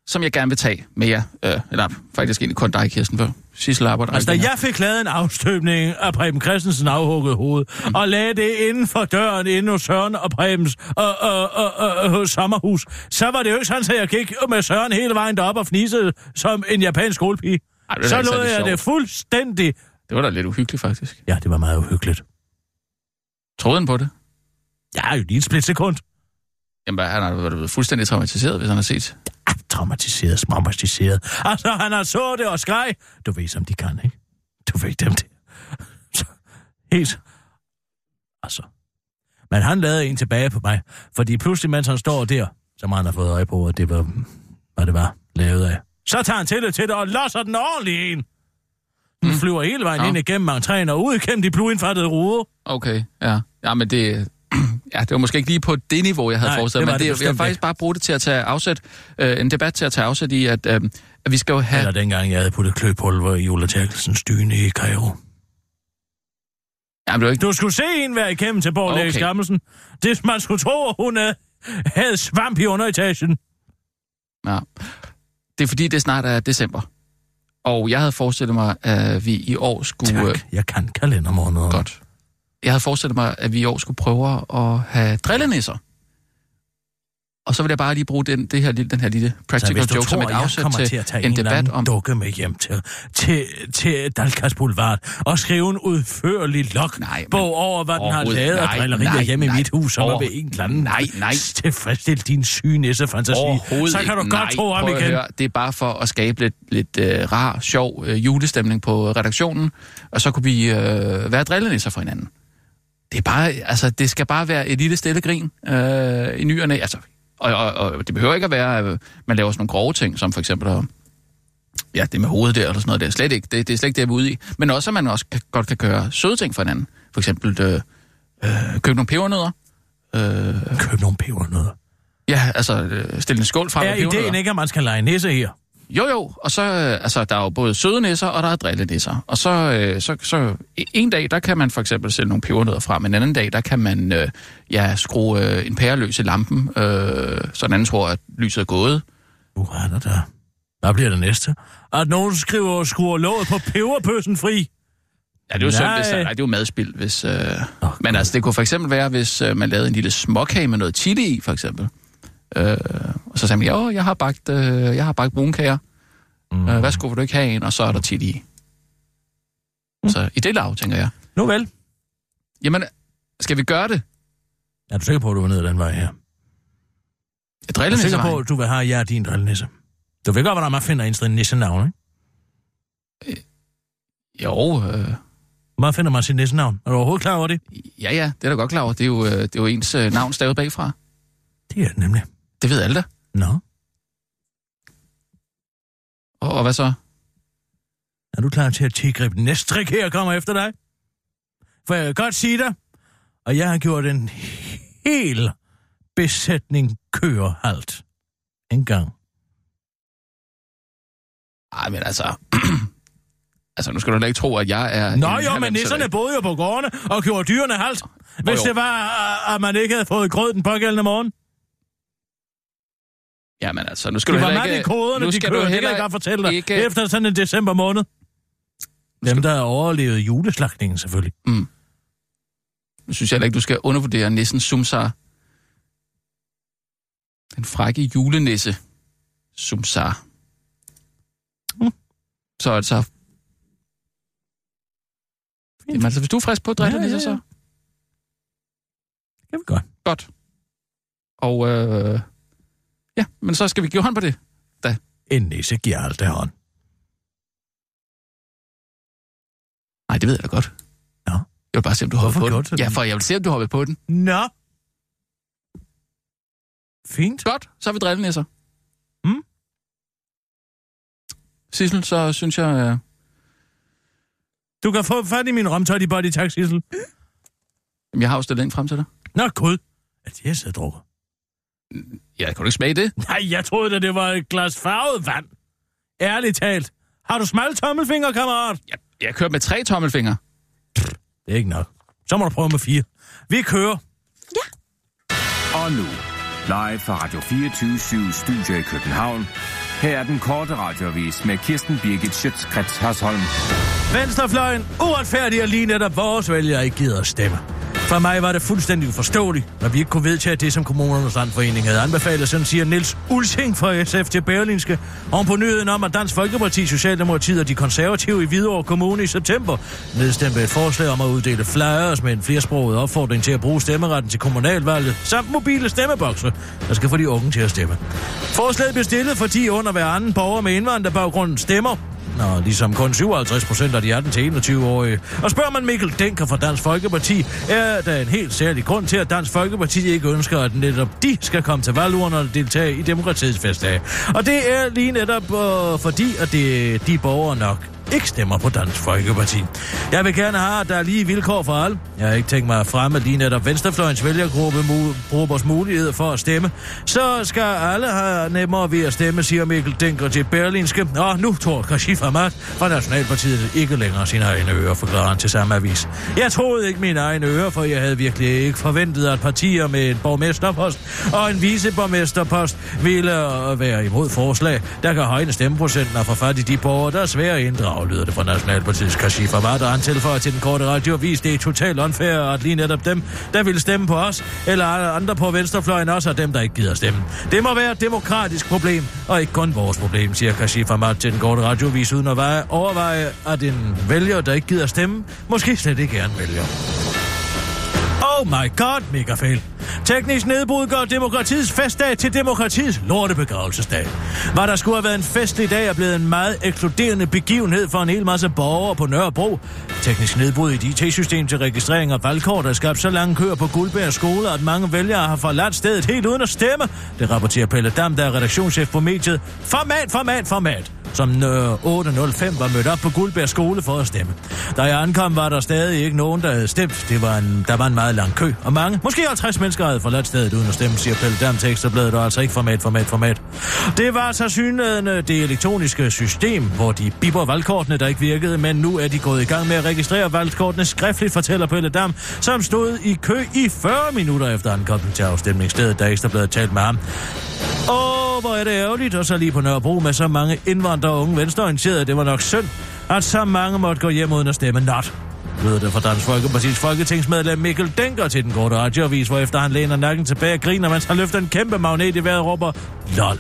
som jeg gerne vil tage med jer. Øh, eller faktisk egentlig kun dig, Kirsten, for Sissel arbejder.
Altså, da
ikke
jeg fik lavet en afstøbning af Preben Christensen afhugget hoved, mm. og lagde det inden for døren inde hos Søren og Prebens øh, øh, øh, øh, øh, sommerhus, så var det jo ikke sådan, at jeg gik med Søren hele vejen derop og fnisede som en japansk skolepige.
Ej, det er da
så
ikke
lod
særlig
jeg det
sjovt.
fuldstændig.
længere. Det var da lidt uhyggeligt, faktisk.
Ja, det var meget uhyggeligt.
Troede han på det?
Jeg har jo lige et splitsekund.
Jamen, han har været fuldstændig traumatiseret, hvis han har set.
Ah, traumatiseret, traumatiseret. Altså, han har så det og skreg. Du ved, som de kan, ikke? du fik dem til. Så, helt. Altså. Men han lavede en tilbage på mig, fordi pludselig, mens han står der, som han har fået øje på, at det var, hvad det var, lavet af. Så tager han til det til det og losser den ordentligt en. Den mm. flyver hele vejen
Ja.
ja. ind igennem entréen og ud igennem de bluindfattede ruder.
Okay, ja. Ja, men det... Ja, det var måske ikke lige på det niveau, jeg havde
Nej,
forestillet
det
mig.
var det
Det, det, jeg vil
bestemt
faktisk
ikke.
bare bruge det til at tage afsæt, øh, en debat til at tage afsæt i, at, øh, at vi skal jo have...
Eller dengang, jeg havde puttet kløpulver i Ulla Terkelsens dyne i Cairo.
Ja, men det var ikke...
Du skulle se hende være igennem til Borg
Okay.
okay. Skammelsen. Det man skulle tro, at hun øh, havde svamp i underetagen.
Ja. Det er fordi, det snart er december. Og jeg havde forestillet mig, at vi i år skulle...
Tak, jeg kan kalendermåneder.
Uh. Godt. Jeg havde forestillet mig, at vi i år skulle prøve at have drillenisser. Og så vil jeg bare lige bruge den, det her, lille- den her lille
Så
practical
hvis du
joke som
tror,
et
jeg
afsæt
kommer
til,
til at tage
en
en, eller
debat
anden
om...
dukke med hjem til, til, til Dalkas Boulevard og skrive en udførlig
Nej, men-
logbog over, hvad den har
Overhovedet.
lavet af
Nej,
drillerier
nej,
hjemme i
nej.
mit hus, som er ved
Overhovedet.
en eller anden.
Nej, nej.
Tilfredsstille din syge nissefantasi.
Overhovedet
Så kan du
ikke.
godt
Nej,
tro om
prøv at
igen.
høre. Det er bare for at skabe lidt, lidt øh, rar, sjov øh, julestemning på redaktionen, og så kunne vi øh, være drillenisser for hinanden. Det, er bare, altså, det skal bare være et lille stille grin øh, i nyerne. Altså, og, og, og det behøver ikke at være, at man laver sådan nogle grove ting, som for eksempel at, ja, det med hovedet der, eller sådan noget. Det er slet ikke det, det, er slet ikke det jeg er ude i. Men også, at man også kan, godt kan gøre søde ting for hinanden. For eksempel øh, øh, købe nogle pebernødder. Øh,
Køb nogle pebernødder.
ja, altså øh, stille en skål frem
Er
med pebernødder.
ideen ikke, at man skal lege nisse her?
Jo, jo, og så, øh, altså, der er jo både søde nisser, og der er drillenisser. Og så, øh, så, så en dag, der kan man for eksempel sætte nogle pebernødder frem, en anden dag, der kan man øh, ja, skrue øh, en pære løs i lampen, øh, så den anden tror, at lyset er gået.
Nu er der der. Hvad bliver det næste? At nogen skriver og skruer låget på peberpøsen fri.
Ja, det er jo synd,
Nej.
hvis, nej, det er jo madspild, hvis... Øh, men altså, det kunne for eksempel være, hvis øh, man lavede en lille småkage med noget chili i, for eksempel. Øh, og så sagde man, jo, jeg har bagt, øh, jeg har bagt brunkager. Mm. Øh, hvad skulle du ikke have en? Og så er der chili i. Så i det lav, tænker jeg.
Nu vel.
Jamen, skal vi gøre det?
Er du sikker på, at du var nede ad den vej her? Er du
Drillenisser
sikker på, at du vil have jer din drillenisse? Du ved godt, hvordan man finder en sin nissenavn, ikke?
Jo, øh,
Hvordan finder man sin nissenavn? Er du overhovedet klar over det?
ja ja, det er da godt klar over. Det er jo, øh, det er jo ens øh, navn stavet bagfra.
Det er det nemlig.
Det ved alle da.
Nå,
Og, og hvad så?
er du klar til at tilgribe den næste trick her kommer efter dig? For jeg kan godt sige dig, og jeg har gjort en hel besætning kørehalt. En gang.
Ej, men altså... altså, nu skal du heller ikke tro, at jeg er...
Nå
en
jo, men
halvandser,
nisserne
ikke?
boede jo på gårdene og gjorde dyrene halt. Hvis
jo.
det var, øh, at man ikke havde fået grød den pågældende morgen.
Jamen altså, nu skal
Det
du
var
heller
mand
ikke...
i koderne,
nu
de
skal du
kørte, det kan
heller
jeg godt fortælle dig.
ikke-
Ikke... Efter sådan en december måned. Dem, der har overlevet juleslagtningen, selvfølgelig.
Nu synes jeg heller ikke, du skal undervurdere nissen Sumsar. Den frække julenisse Sumsar.
Mm.
Så altså... Jamen, altså, hvis du er frisk på at drille,
Ja, ja, ja.
så...
Det kan vi godt.
Godt. Og øh, ja, men så skal vi give hånd på det.
En nisse giver alt af hånd.
Nej, det ved jeg da godt.
Nå.
Jeg vil bare se, om du hopper
Hvorfor
på
gjorde du
den.
det?
Ja, for jeg vil se, om du hopper på den.
Nå. Fint.
Godt, så er vi drillenisser.
Mm.
Sissel, så synes jeg... Øh,
Du kan få fat i min romtøjt i body tak, Sissel.
jamen, jeg har jo stillet ind frem til dig.
Nå, gud. Er det, jeg sidder og drukker?
Ja, kan du ikke smage det?
Nej, jeg troede da, det var et glas farvet vand. Ærligt talt. Har du smal tommelfinger, kammerat?
Jeg, jeg kørte med tre tommelfingre.
Det er ikke nok. Så må du prøve med fire. Vi kører.
Og nu, live fra Radio 24 Studio i København. Her er den korte radiovis med Kirsten Birgit Schøtzgrads Hasholm.
Venstrefløjen, uretfærdig og lige netop vores vælgere ikke gider at stemme. For mig var det fuldstændig uforståeligt, at vi ikke kunne vedtage det, som kommunernes landforening havde anbefalet, sådan siger Niels Ulsing fra SF til Berlinske, oven på nyheden om, at Dansk Folkeparti, Socialdemokratiet og de konservative i Hvidovre Kommune i september nedstemte et forslag om at uddele flyers med en flersproget opfordring til at bruge stemmeretten til kommunalvalget, samt mobile stemmebokse, der skal få de unge til at stemme. Forslaget blev stillet, fordi under hver anden borger med indvandrerbaggrund stemmer partnere, ligesom kun 57 procent af de 18-21-årige. Og spørger man Mikkel Denker fra Dansk Folkeparti, er der en helt særlig grund til, at Dansk Folkeparti ikke ønsker, at netop de skal komme til valgurnerne og deltage i demokratiets festdag. Og det er lige netop øh, fordi, at det, de borgere nok ikke stemmer på Dansk Folkeparti. Jeg vil gerne have, at der er lige vilkår for alle. Jeg har ikke tænkt mig at fremme lige netop Venstrefløjens vælgergruppers mulighed for at stemme. Så skal alle have nemmere ved at stemme, siger Mikkel Denker til Berlinske. Og nu tror Kashif Ahmad fra Nationalpartiet ikke længere sine egne ører, forklarer han til samme avis. Jeg troede ikke mine egne ører, for jeg havde virkelig ikke forventet, at partier med en borgmesterpost og en viceborgmesterpost ville være imod forslag, der kan højne stemmeprocenten og få fat i de borgere, der er svære at inddrage, lyder det fra Nationalpartiets Kashif Ahmad, og han tilføjer til den korte radioavis, det er totalt unfair, at lige netop dem, der ville stemme på os, eller andre på venstrefløjen også, er dem, der ikke gider stemme. Det må være et demokratisk problem, og ikke kun vores problem, siger Kashif Ahmad til den korte radioavis, uden at veje- overveje, at en vælger, der ikke gider stemme, måske slet ikke er en vælger. Oh my god, megafejl. Teknisk nedbrud gør demokratiets festdag til demokratiets lortebegravelsesdag. Hvad der skulle have været en festlig dag er blevet en meget ekskluderende begivenhed for en hel masse borgere på Nørrebro. Teknisk nedbrud i et IT-system til registrering af valgkort har skabt så lange køer på Guldberg skole, at mange vælgere har forladt stedet helt uden at stemme. Det rapporterer Pelle Dam, der er redaktionschef på mediet. Format, format, format som øh, 8.05 var mødt op på Guldberg skole for at stemme. Da jeg ankom, var der stadig ikke nogen, der havde stemt. Det var en, der var en meget lang kø, og mange, måske 50 mennesker havde forladt stedet uden at stemme, siger Pelle Dam til Ekstrabladet, og altså ikke format, format, format. Det var så synlædende det elektroniske system, hvor de bipper valgkortene, der ikke virkede, men nu er de gået i gang med at registrere valgkortene skriftligt, fortæller Pelle Dam, som stod i kø i 40 minutter efter ankomsten til afstemningsstedet, da Ekstrabladet talte med ham. Åh, hvor er det ærgerligt, og så lige på Nørrebro med så mange indvandrere og unge venstreorienterede. Det var nok synd, at så mange måtte gå hjem uden at stemme not. Lød det fra Dansk Folkeparti's folketingsmedlem Mikkel Denker til den korte radioavis, hvor efter han læner nakken tilbage og griner, mens han løfter en kæmpe magnet i vejret og råber, lol.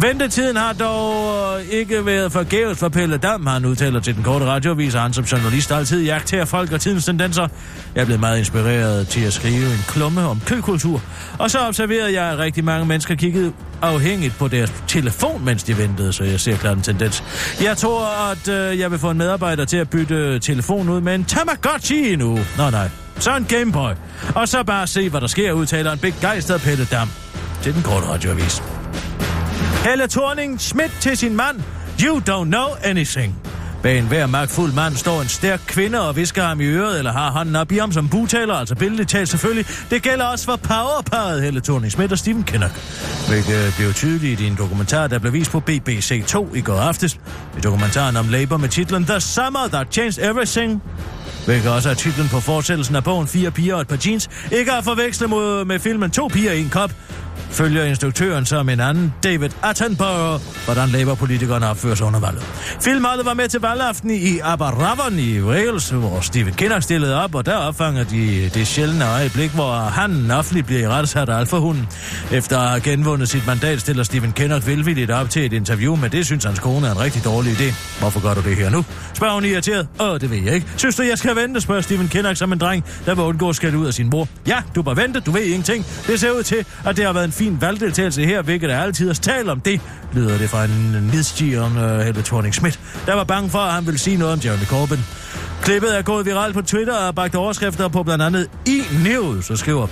Ventetiden har dog øh, ikke været forgæves for Pelle Dam, han udtaler til den korte radioavis, og han som journalist altid jagter folk og tidens tendenser. Jeg blev meget inspireret til at skrive en klumme om køkultur, og så observerede jeg, at rigtig mange mennesker kiggede afhængigt på deres telefon, mens de ventede, så jeg ser klart en tendens. Jeg tror, at øh, jeg vil få en medarbejder til at bytte telefon ud med en Tamagotchi nu. Nå nej, så en Gameboy. Og så bare se, hvad der sker, udtaler en begejstret Pelle Dam til den korte radioavis. Helle Thorning Schmidt til sin mand. You don't know anything. Bag enhver magtfuld mand står en stærk kvinde og visker ham i øret, eller har hånden op i ham som butaler, altså billedligt talt selvfølgelig. Det gælder også for powerparet Helle thorning Schmidt og Stephen Kinnock, hvilket øh, blev tydeligt i en dokumentar, der blev vist på BBC2 i går aftes. I dokumentaren om Labour med titlen The Summer That Changed Everything Hvilket også er titlen på fortsættelsen af bogen Fire piger og et par jeans. Ikke at forveksle mod, med filmen To piger i en kop. Følger instruktøren som en anden, David Attenborough, hvordan Labour-politikerne opfører sig under valget. Filmholdet var med til valgaften i Aberavon i Wales, hvor Stephen Kinnock stillede op, og der opfanger de det sjældne øjeblik, hvor han offentligt bliver i rettesat af alfahunden. Efter at have genvundet sit mandat, stiller Stephen Kinnock velvilligt op til et interview, men det synes hans kone er en rigtig dårlig idé. Hvorfor gør du det her nu? Spørger hun irriteret. Åh, det ved jeg ikke. Synes du, jeg skal vente, spørger Stephen Kinnock som en dreng, der vil undgå at skælde ud af sin mor. Ja, du bør vente, du ved ingenting. Det ser ud til, at det har været en fin valgdeltagelse her, hvilket er altid at tale om det, lyder det fra en nedstigerende uh, Helle thorning Schmidt, der var bange for, at han ville sige noget om Jeremy Corbyn. Klippet er gået viralt på Twitter og har bragt overskrifter på blandt andet i News, der skriver,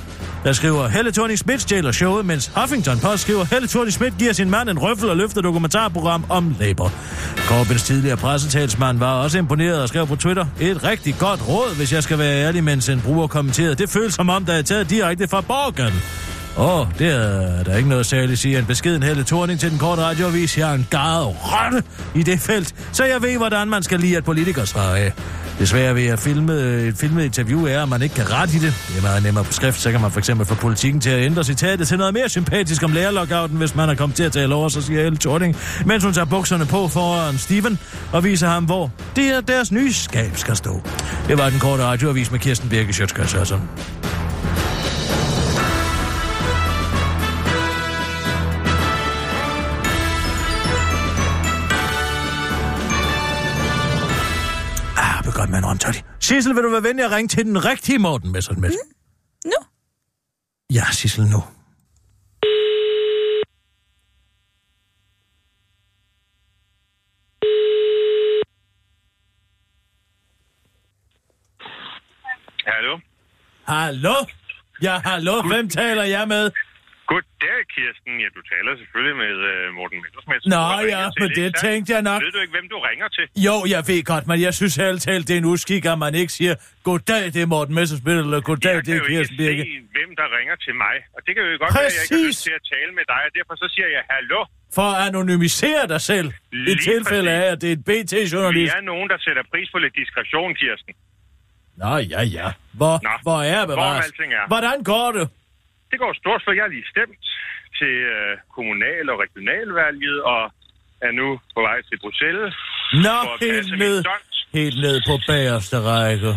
der skriver Helle thorning Schmidt stjæler showet, mens Huffington Post skriver, Helle thorning Schmidt giver sin mand en røffel og løfter dokumentarprogram om Labour. Corbyns tidligere pressetalsmand var også imponeret og skrev på Twitter, et rigtig godt råd, hvis jeg skal være ærlig, mens en bruger kommenterede, det føles som om, der er taget direkte fra borgeren. Åh, oh, det er der ikke noget særligt, siger en beskeden Helle Thorning til den korte radioavis. Jeg er en garet rotte i det felt, så jeg ved, hvordan man skal lide at politikere svarer af. Desværre ved at filme øh, et filmet interview er, at man ikke kan rette i det. Det er meget nemmere på skrift, så kan man for eksempel få politikken til at ændre citatet til noget mere sympatisk om lærerlockouten, hvis man er kommet til at tale over, så siger Helle Thorning, mens hun tager bukserne på foran Steven og viser ham, hvor det er deres nye skab skal stå. Det var den korte radioavis med Kirsten Birke Sjøtskørs Ah, begynd med en rømtøj. Sissel, vil du være venlig at ringe til den rigtige Morten Messerschmidt? Mm.
Nu?
Ja, Sissel, nu. Hallo? Ja, hallo? Hvem taler jeg med?
Goddag, Kirsten. Ja, du taler selvfølgelig med øh, Morten Messersmith.
Nå
Du ringer
ja,
til
men
et
det
internt.
tænkte jeg nok.
Ved du ikke, hvem du ringer til?
Jo, jeg ved godt, men jeg synes helt talt, det er en uskik, at man ikke siger, goddag, det er Morten Messerspil, eller goddag, det
jeg kan
er
jo
Kirsten
ikke
Birke.
se, hvem der ringer til mig. Og det kan jo godt være, at jeg ikke
Præcis.
har lyst til at tale med dig, og derfor så siger jeg hallo.
For at anonymisere dig selv, i
Lige
tilfælde
præcis.
af, at det er et
Vi
BT-journalist.
er nogen, der sætter pris på lidt diskretion, Kirsten.
Nå, ja, ja. Hvor,
Nå,
hvor er
hvor
bevares?
alting er.
Hvordan går det?
Det går stort, for jeg er lige stemt til øh, kommunal- og regionalvalget, og er nu på vej til Bruxelles. for at
Nå,
passe
helt
min
ned,
dons.
helt ned på bagerste række.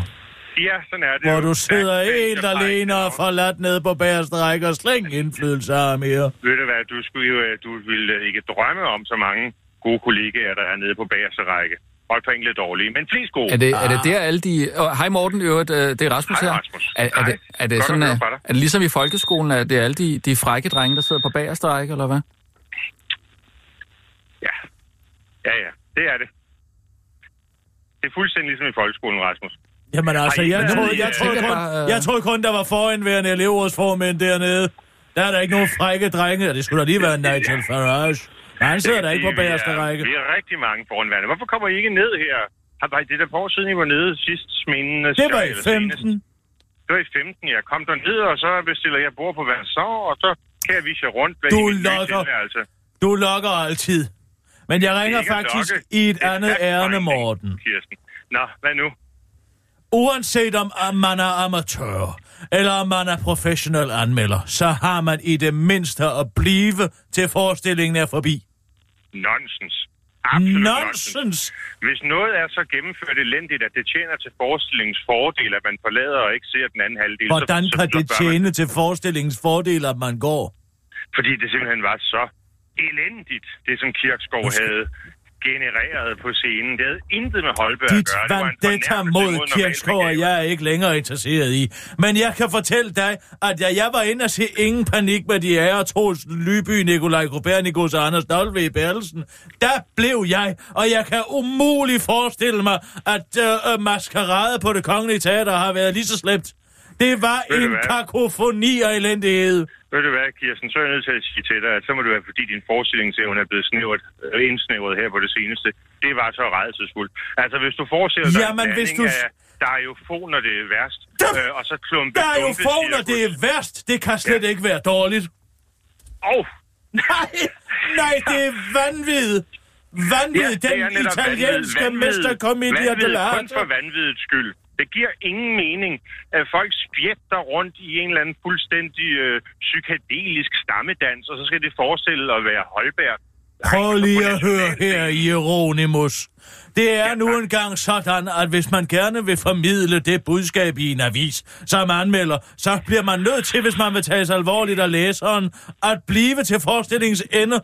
Ja, sådan er det
Hvor
jo.
du sidder
Ja,
helt
jeg plejer
alene
ikke
og
at-
forladt ned på bagerste række og slæng indflydelse af mere.
Ved du hvad, du, skulle, jo, øh, du ville øh, ikke drømme om så mange gode kollegaer, der er nede på bagerste række. Og et par enkelte dårlige, men flest gode.
Er det, er det der alle de... Og hej Morten, i øvrigt, øh, det er Rasmus
Hej,
her.
Rasmus.
Er, er,
Hej.
det, er det
Godt at
sådan,
høre
at,
fra dig.
er det ligesom i folkeskolen, at det er alle de, de frække drenge, der sidder på bagerste række, eller hvad?
Ja. Ja, ja. Det er det. Det er fuldstændig ligesom i folkeskolen, Rasmus.
Jamen altså,
Ej,
jeg
men,
troede,
øh,
jeg, troede
tænker
kun,
bare, øh,
jeg troede kun, der var foranværende elevrådsformænd dernede. Der er der ikke nogen frække drenge, og det skulle da lige være Nigel Farage. Nej, han sidder
Det er
der ikke på
fordi,
bagerste
vi er-
række.
Vi er rigtig mange foranværende. Hvorfor kommer I ikke ned her? Har var I det der på år siden, I var nede sidst smindende?
Det var i
eller senest?
15.
Det var i 15, jeg kom derned, og så bestiller jeg bord på Vincent, og så kan jeg vise jer rundt. hvad
Du
I vil nye
lokker.
tilværelse.
Du lokker altid. Men jeg
Det er
ringer
ikke at
faktisk
lokke.
i et
Det er
andet ærne,
fact-finding,
Morten.
Kirsten. Nå, hvad nu?
Uanset om om man er amatør, eller om man er professionel anmelder, så har man i det mindste at blive til forestillingen er forbi.
Nonsens. Absolut nonsens.
Nonsens!
Hvis noget er så gennemført elendigt, at det tjener til forestillingens fordel, at man forlader og ikke ser den anden halvdel,
Hvordan
så, så,
kan
så
det
bør
tjene til forestillingens fordel, at man går?
Man, fordi det simpelthen var så elendigt, det som Kirksgaard
Nu skal-
havde genereret på scenen. Det havde intet med Holberg
Dit
at gøre. Det var en
vendetta
fornærmelse
mod
normale
Kirksgaard, og
begaver.
jeg er ikke længere interesseret i. Men jeg kan fortælle dig, at jeg, jeg var inde og se Ingen Panik med de ære Troels Lyby, Nikolaj Kopernikus og Anders W. Bertelsen. Der blev jeg, og jeg kan umuligt forestille mig, at øh, øh, maskerade på det kongelige teater har været lige så slemt. Det var
Ved du
en
hvad?
kakofoni og elendighed.
Ved du hvad, Kirsten, så er jeg nødt til at sige til dig, at så må det være, fordi din forestillingsevne er blevet snævret, øh, indsnævret her på det seneste. Det var så redselsfuldt. Altså, hvis du forestiller dig
Jamen,
en
hvis
blanding
du-
af, der er jo få, når det er værst,
Der-
øh, og så klumpe...
Der er jo
dumpe
få, når
cirkus.
det er værst. Det kan slet
Ja.
ikke være dårligt.
Åh,
Nej, nej, det er vanvid. Vanvid, ja, den
netop
italienske
vanvid.
mesterkomedier
Vanvid
de la
kun for vanviddets skyld. Det giver ingen mening, at folk spjætter rundt i en eller anden fuldstændig øh, psykadelisk stammedans, og så skal det forestille at være Holberg. Nej,
Prøv
så
lige
på
at høre her,
nationalscenen.
Hieronymus. Det er
Ja,
nu
tak.
engang sådan, at hvis man gerne vil formidle det budskab i en avis, som anmelder, så bliver man nødt til, hvis man vil tages alvorligt af læseren, at blive til forestillingens ende.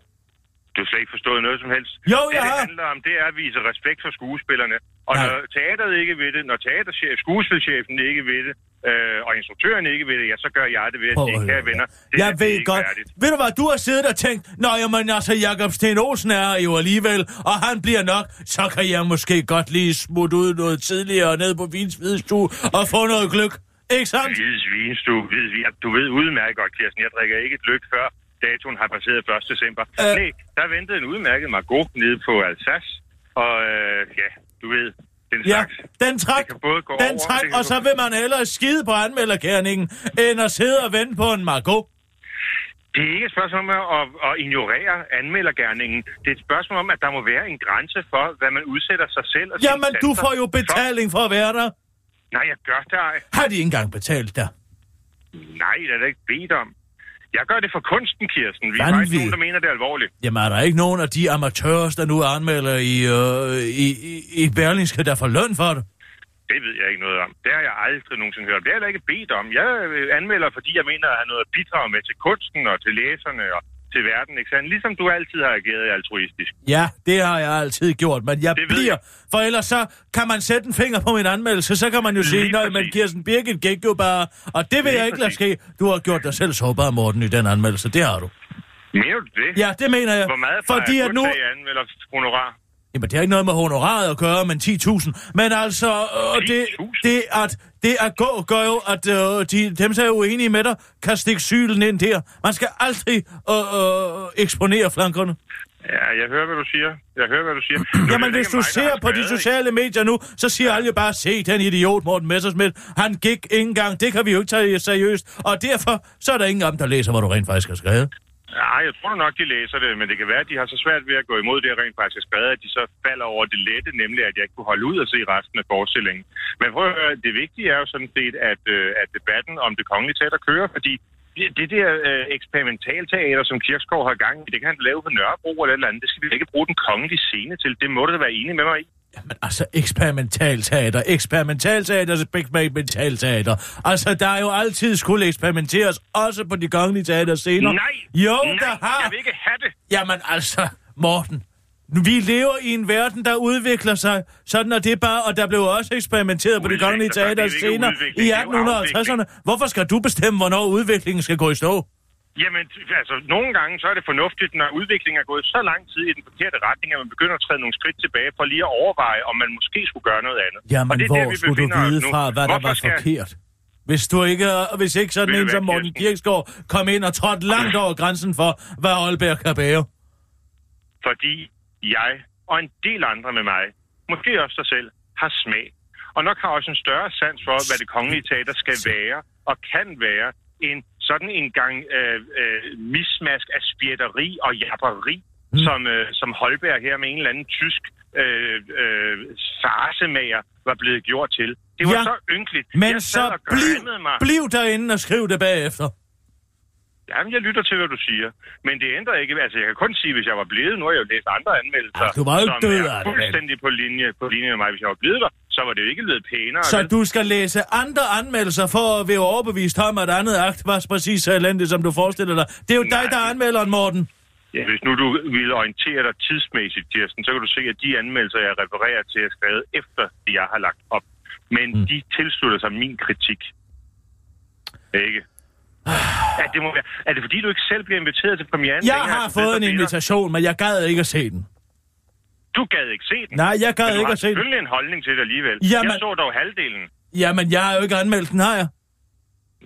Du har slet ikke forstået noget som helst.
Jo,
det,
jeg
det
har.
handler om, det er at vise respekt for skuespillerne. Og
Nej.
når teateret ikke ved det, når teaterchef, skuespilchefen ikke ved det, øh, og instruktøren ikke ved det, ja, så gør jeg det ved at
Prøv
sige,
at
kære
høre.
venner, det her,
jeg
det er
ved
ikke
godt.
Værdigt.
Ved du hvad, du har siddet og tænkt, Nå, jamen altså, Jakob Sten Olsen er jo alligevel, og han bliver nok, så kan jeg måske godt lige smutte ud noget tidligere ned på Vins Hvide Stue og få noget gløk. Ikke sandt?
Hvide svinestue, hvide svin. Du ved udmærket godt, Kirsten, jeg drikker ikke et lykke før datoen har passeret 1. december.
Øh.
Øh. Nej, der ventede en udmærket Margot nede på Alsace, og øh, ja, du ved, den
Ja,
slags.
den træk,
Det kan både gå
den
over,
træk,
det kan
og så
gå-
vil man hellere skide på anmelderkærningen, end at sidde og vente på en Margot.
Det er ikke et spørgsmål om at, at, at ignorere anmeldergærningen. Det er et spørgsmål om, at der må være en grænse for, hvad man udsætter sig selv. Og sine
Jamen, du
sanser
får jo
for.
betaling for at være der.
Nej, jeg gør det ej.
Har de ikke engang betalt dig?
Nej, det er da ikke bedt om. Jeg gør det for kunsten, Kirsten. Vi er
Vanvid.
faktisk nogen, der mener det er alvorligt.
Jamen, er der ikke nogen af de amatører, der nu anmelder i, øh, i, i, i Berlingske, der får løn for det?
Det ved jeg ikke noget om. Det har jeg aldrig nogensinde hørt om. Det er jeg heller ikke bedt om. Jeg øh, anmelder, fordi jeg mener at have noget at bidrage med til kunsten og til læserne og til verden. Ikke sandt? Ligesom du altid har ageret altruistisk.
Ja, det har jeg altid gjort, men jeg
Det ved
bliver...
jeg.
For ellers så kan man sætte en finger på min anmeldelse, så kan man jo sige,
Lige
nej,
præcis.
men Kirsten Birgit gik jo bare... Og det vil
Lige
jeg ikke lade ske.
præcis.
Du har gjort dig selv sårbar, Morten, i den anmeldelse. Det har du.
Mener du det?
Ja, det mener jeg.
Hvor meget fra
fordi at nu...
anmelder honorar?
Jamen, det har ikke noget med honoraret at gøre, men 10.000. Men altså, øh, det,
10.000?
det, at, det at gå gør jo, at øh, de, dem, der er uenige med dig, kan stikke sylen ind der. Man skal aldrig øh, øh, eksponere flankerne.
Ja, jeg hører, hvad du siger. Jeg hører, hvad du siger. Nu, er det jo
Jamen,
ikke
hvis du
mig, der
ser
har
på de
skrevet,
sociale medier nu, så siger alle jo bare, se den idiot Morten Messerschmidt. Han gik ikke engang. Det kan vi jo ikke tage seriøst. Og derfor, så er der ingen af dem, der læser, hvad du rent faktisk har skrevet.
ikke? Nej, jeg tror nok, de læser det, men det kan være, at de har så svært ved at gå imod det, jeg rent faktisk har skrevet, at de så falder over det lette, nemlig at jeg ikke kunne holde ud og se resten af forestillingen. Men prøv at høre, det vigtige er jo sådan set, at, øh, at debatten om det kongelige teater kører, fordi det, det der øh, eksperimentalteater, som Kirksgaard har gang i, det kan han lave på Nørrebro eller et eller andet. Det skal vi da ikke bruge den kongelige scene til. Det må du da være enig med mig i.
Jamen altså, eksperimentalteater, eksperimentalteater, eksperimentalteater. Altså, der er jo altid skulle eksperimenteres, også på de kongelige teater senere.
Nej!
Jo,
Nej,
der har!
Jeg vil ikke have det!
Jamen altså, Morten, nu- vi lever i en verden, der udvikler sig. Sådan er det bare, og der blev også eksperimenteret på de
Udvikler
kongelige
sig, det er
teater
jo ikke
senere
udvikling,
i
det er jo
1850'erne. Hvorfor skal du bestemme, hvornår udviklingen skal gå i stå?
Jamen, t- altså, nogle gange så er det fornuftigt, når udviklingen er gået så lang tid i den forkerte retning, at man begynder at træde nogle skridt tilbage for lige at overveje, om man måske skulle gøre noget andet. Og
Jamen,
det er der,
hvor
vi
skulle du
befinder os
vide
nu.
fra, hvad der
Hvorfor
var
skal-
forkert? Hvis, du ikke, øh, hvis ikke sådan
Ved
en
du hvad,
som Morten
Kirsten?
Kirksgaard kom ind og trådte langt over grænsen for, hvad Aalberg kan bære.
Fordi jeg og en del andre med mig, måske også dig selv, har smag. Og nok har også en større sans for, hvad det kongelige teater skal være og kan være, end sådan en gang øh, øh, mismask af spjætteri og japperi, mm. som, øh, som Holberg her med en eller anden tysk øh, øh, farsemager var blevet gjort til. Det var
Ja,
ja. så ynkeligt.
Men
jeg sad
så
og
bliv,
grænede mig.
bliv derinde og skriv det bagefter.
Jamen, jeg lytter til, hvad du siger. Men det ændrer ikke... Altså, jeg kan kun sige, hvis jeg var blevet... Nu har jeg jo læst andre anmeldelser,
Ah, du var jo ikke
som
død af
er
det, vel?
fuldstændig på linje, på linje med mig. Hvis jeg var blevet der, så var det jo ikke blevet pænere.
Så
vel?
du skal læse andre anmeldelser for at være overbevist om, at andet akt var præcis så elendigt, som du forestiller dig. Det er jo Nej. dig, der er anmelderen, Morten.
Ja. Hvis nu du ville orientere dig tidsmæssigt, Kirsten, så kan du se, at de anmeldelser, jeg refererer til, er skrevet efter, de jeg har lagt op. Men mm. de tilslutter sig min kritik. Ikke?
Ah.
Ja, det må være. Er det fordi, du ikke selv bliver inviteret til premieren?
Jeg
Længere
har
til det,
fået en
der billeder?
invitation, men jeg gad ikke at se den.
Du gad ikke se den.
Nej, jeg
Men
gad
du
ikke
har
at se den.
selvfølgelig en holdning til det alligevel.
Jamen-
Jeg så dog halvdelen.
Jamen, jeg har jo ikke anmeldt den, har jeg?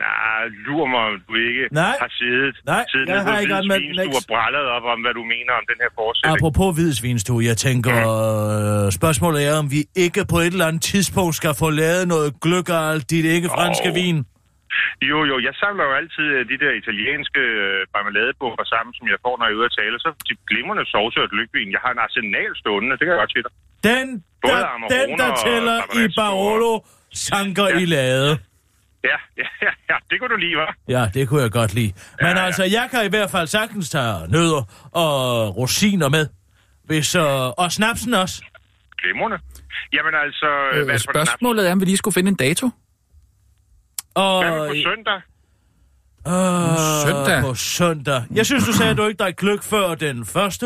Nej, lurer mig, om du ikke
Nej.
har siddet,
Nej,
siddet
jeg
nede på
har ikke
Hvides
anmeldt den,
Vinstue
ikke?
og brallet op om, hvad du mener om den her forestilling.
Apropos hvidsvinstue, jeg tænker, øh, spørgsmålet er, om vi ikke på et eller andet tidspunkt skal få lavet noget gløk af alt dit ikke franske
Åh.
vin.
Jo, jo, jeg samler jo altid øh, de der italienske øh, marmeladebuffer sammen, som jeg får, når jeg er ude at tale. Så de glimrende sovse og et lygvin. Jeg har en arsenal stående, det kan jeg godt sige dig.
Den,
Både
der,
Amarone
den, der
og
tæller i
Barbaresco.
Barolo, sanker ja. i lade.
Ja, ja, ja, ja, det kunne du lige, hva'?
Ja, det kunne jeg godt lide. Men ja,
ja.
altså, jeg kan i hvert fald sagtens tage nødder og rosiner med. Hvis, øh, og snapsen også.
Glimrende. Jamen altså, øh, hvad
Øh,
er det for den aften?
spørgsmålet er, om vi lige skulle finde en dato.
Og,
Hvad er det på søndag?
øh,
Søndag.
På søndag. Jeg synes, du sagde, at du ikke drak gløk før den første.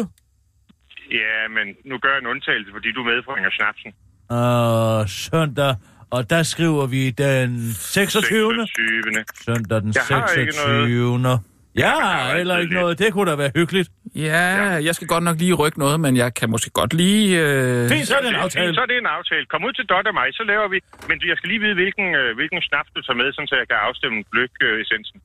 Ja, men nu gør jeg en undtagelse, fordi du medbringer snapsen.
Øh, søndag. Og der skriver vi den 26.
26.
Søndag den
Jeg har ikke
26. Ja,
har
eller
altid
ikke
lidt.
noget. Det kunne da være hyggeligt.
Ja, jeg skal godt nok lige rykke noget, men jeg kan måske godt lige... Øh...
Fint, så er det en
Det er fint,
aftale.
Så er det en aftale. Kom ud til Dot og mig, så laver vi. Men jeg skal lige vide, hvilken, øh, hvilken snaps du tager med, sådan, så jeg kan afstemme gløk-essensen.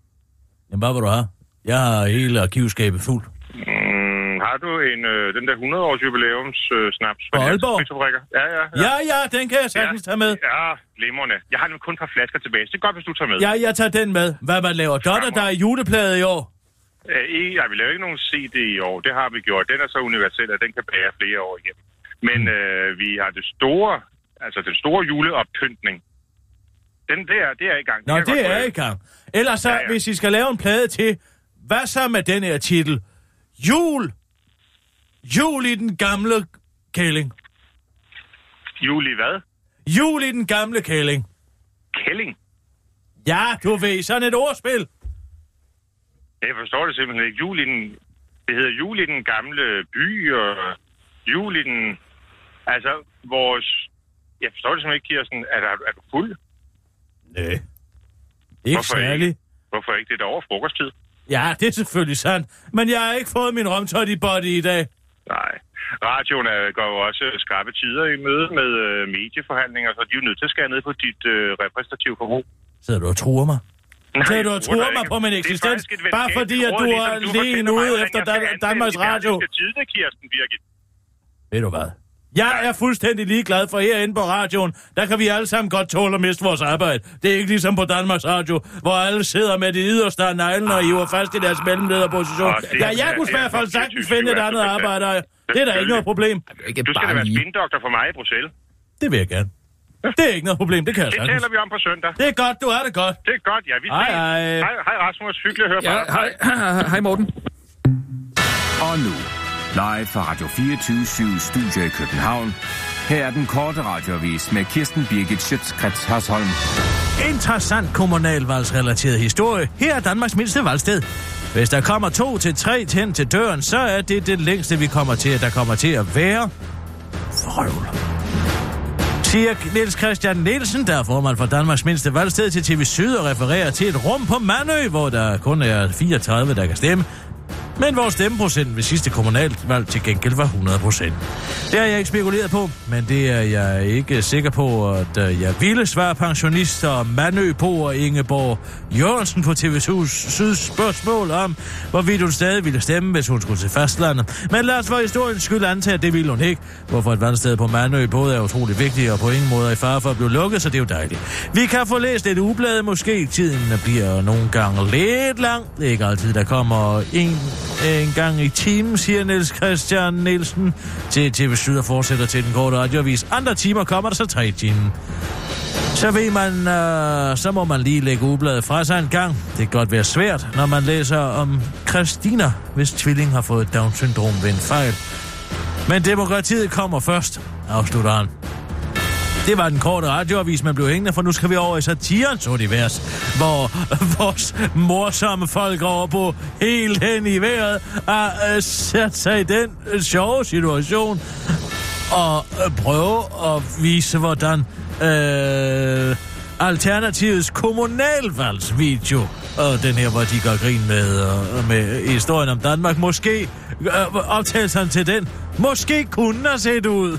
Jamen, hvad vil du have? Jeg har hele arkivskabet fuldt.
Mm, har du en, øh, den der 100-års jubilæums øh, snaps?
Fra Aalborg?
Fritrobrikker? Ja, ja.
Ja, ja, den kan jeg sagtens tage med.
Ja, glimrende. Jeg har nu kun et par flasker tilbage, så det er godt, hvis du tager med.
Ja, jeg tager den med. Hvad man laver. Dotter, der er juleplade i år.
Æ, ikke, ja, Øh, vi laver ikke nogen CD i år. Det har vi gjort. Den er så universel, at den kan bære flere år igennem. Men øh, vi har det store, altså den store juleoppyntning. Den der, det er i gang.
Nå,
kan jeg
det
godt
er
røbe.
i gang. Ellers så, ja,
Ja,
ja.
ja.
hvis I skal lave en plade til, hvad så med den her titel? Jul! Jul i den gamle kælling.
Jul i hvad?
Jul i den gamle kælling.
Kælling.
Ja, du ved, sådan et ordspil.
Jeg forstår det simpelthen ikke. Jul i den, det hedder jul i den gamle by, og jul i den... Altså, vores... Jeg forstår det simpelthen ikke, Kirsten. Er, er, er du fuld?
Nej. Ikke
Hvorfor ikke?
særlig.
Hvorfor ikke? Det er da over frokosttid.
Ja, det er selvfølgelig sandt. Men jeg har ikke fået min romtot i body i dag.
Nej. radioen er, går jo også skarpe tider i møde med øh, medieforhandlinger, så de er jo nødt til at skære ned på dit øh, repræsentative forbrug.
Sidder du og truer mig?
Nej,
Sidder du og
jeg
truer
ikke.
mig på min
Det er
eksistens?
faktisk et
Bare fordi, at
venskabsråd,
du er
ligesom
lige
fortæller mig,
ude
hvordan
efter
jeg skal
Dan-
anvende
Danmarks
de
Radio.
danske Tider, Kirsten Birgit.
Ved du hvad? Jeg er fuldstændig ligeglad, for herinde på radioen, der kan vi alle sammen godt tåle at miste vores arbejde. Det er ikke ligesom på Danmarks Radio, hvor alle sidder med de yderste af neglen og hiver fast i deres mellemlederposition.
Ah, det er-
Ja, jeg kunne
det
i
er-
hvert fald
det er-
sagtens
det er-
finde et
det er-
andet
det er-
arbejde. Det er da ikke noget problem.
Det er jo ikke
Du skal da
bare
være
lige.
spindoktor for mig i Bruxelles.
Det vil jeg gerne. Det Altså, er ikke noget problem, det kan jeg
Det
sagtens.
taler vi om på søndag.
Det er godt, du har det godt.
Det er godt, ja. Vi
Hej,
ses.
hej.
Hej, hej Rasmus. Hyggeligt at høre fra
Ja,
dig.
hej, hej Morten.
Og nu, live fra Radio 24 Studio i København. Her er den korte radiovis med Kirsten Birgit Schøtzgrads Hasholm.
Interessant kommunalvalgsrelateret historie. Her er Danmarks mindste valgsted. Hvis der kommer to til tre hen til døren, så er det det længste, vi kommer til, at der kommer til at være. Frøvl. Siger Niels Christian Nielsen, der er formand for Danmarks mindste valgsted til TV Syd og refererer til et rum på Mandø, hvor der kun er 34, der kan stemme. Men hvor stemmeprocenten ved sidste kommunalvalg til gengæld var 100 procent. Det har jeg ikke spekuleret på, men det er jeg ikke sikker på, at øh, jeg ville svare pensionister Manø på og Ingeborg Jørgensen på TV Syds spørgsmål om, hvorvidt hun stadig ville stemme, hvis hun skulle til fastlandet. Men lad os for historiens skyld antage, at det ville hun ikke, hvorfor et vandsted på Manø både er utrolig vigtigt og på ingen måde er i fare for at blive lukket, så det er jo dejligt. Vi kan få læst et ublad måske. Tiden bliver nogle gange lidt lang. Det er ikke altid, der kommer en, en gang i timen, siger Niels Christian Nielsen til TV Syd og fortsætter til den korte radioavis. Andre timer kommer der så tre i timen. Så ved man, øh, så må man lige lægge ubladet fra sig en gang. Det kan godt være svært, når man læser om Christina, hvis tvilling har fået Down-syndrom ved en fejl. Men demokratiet kommer først, afslutter han. Det var den korte radioavis, man blev hængende, for nu skal vi over i satirens univers, hvor vores morsomme folk over på helt hen i vejret har øh, sat sig i den øh, sjove situation og øh, prøve at vise, hvordan øh, Alternativets kommunalvalgsvideo, og den her, hvor de gør grin med, øh, med historien om Danmark, måske øh, optagelserne til den, måske kunne have set ud.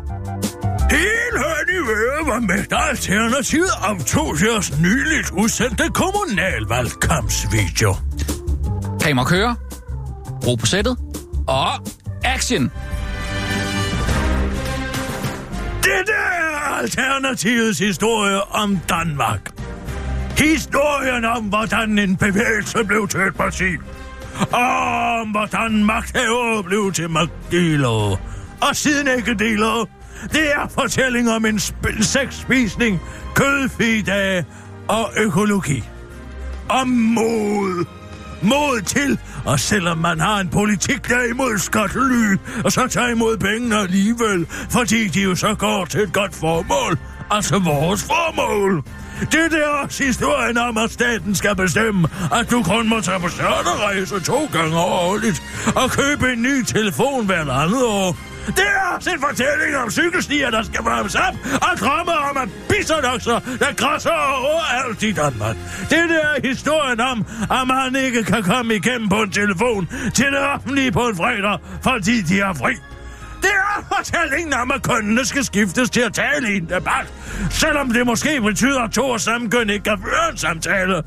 højt i vejret var Mette Alternativet optog deres nyligt udsendte kommunalvalgkampsvideo.
Kamera kører. Ro på sættet. Og action!
Dette er Alternativets historie om Danmark. Historien om, hvordan en bevægelse blev til et parti. Og om, hvordan magthavere blev til magtdelere. Og siden ikke delere. Det er fortælling om en sp- sexspisning, kødfri dage og økologi. Om mod. Mod til, og selvom man har en politik, der er imod skattely, og så tager imod pengene alligevel, fordi de jo så går til et godt formål, altså vores formål. Det er også historien om, at staten skal bestemme, at du kun må tage på charterrejse to gange årligt og købe en ny telefon hvert andet år. Det er også en fortælling om cykelstier, der skal varmes op, og drømme om, at bisonokser, der græsser overalt i Danmark. Det er historien om, at man ikke kan komme igennem på en telefon til det offentlige på en fredag, fordi de har fri. Det er fortællingen om, at kønnene skal skiftes til at tale i en debat, selvom det måske betyder, at to og samme køn ikke kan føre en samtale.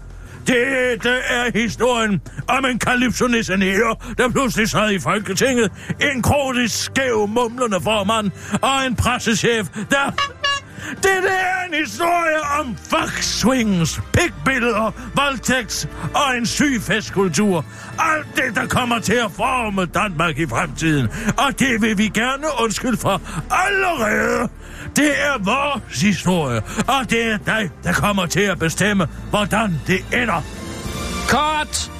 Dette er historien om en kalypsonisanere, der pludselig sad i Folketinget, en krotisk skæv mumlende formand og en pressechef, der... Dette er en historie om fuck swings, pikbilleder, voldtægts og en syg festkultur. Alt det, der kommer til at forme Danmark i fremtiden. Og det vil vi gerne undskylde for allerede. Det er vores historie, og det er dig, der kommer til at bestemme, hvordan det ender.
Cut!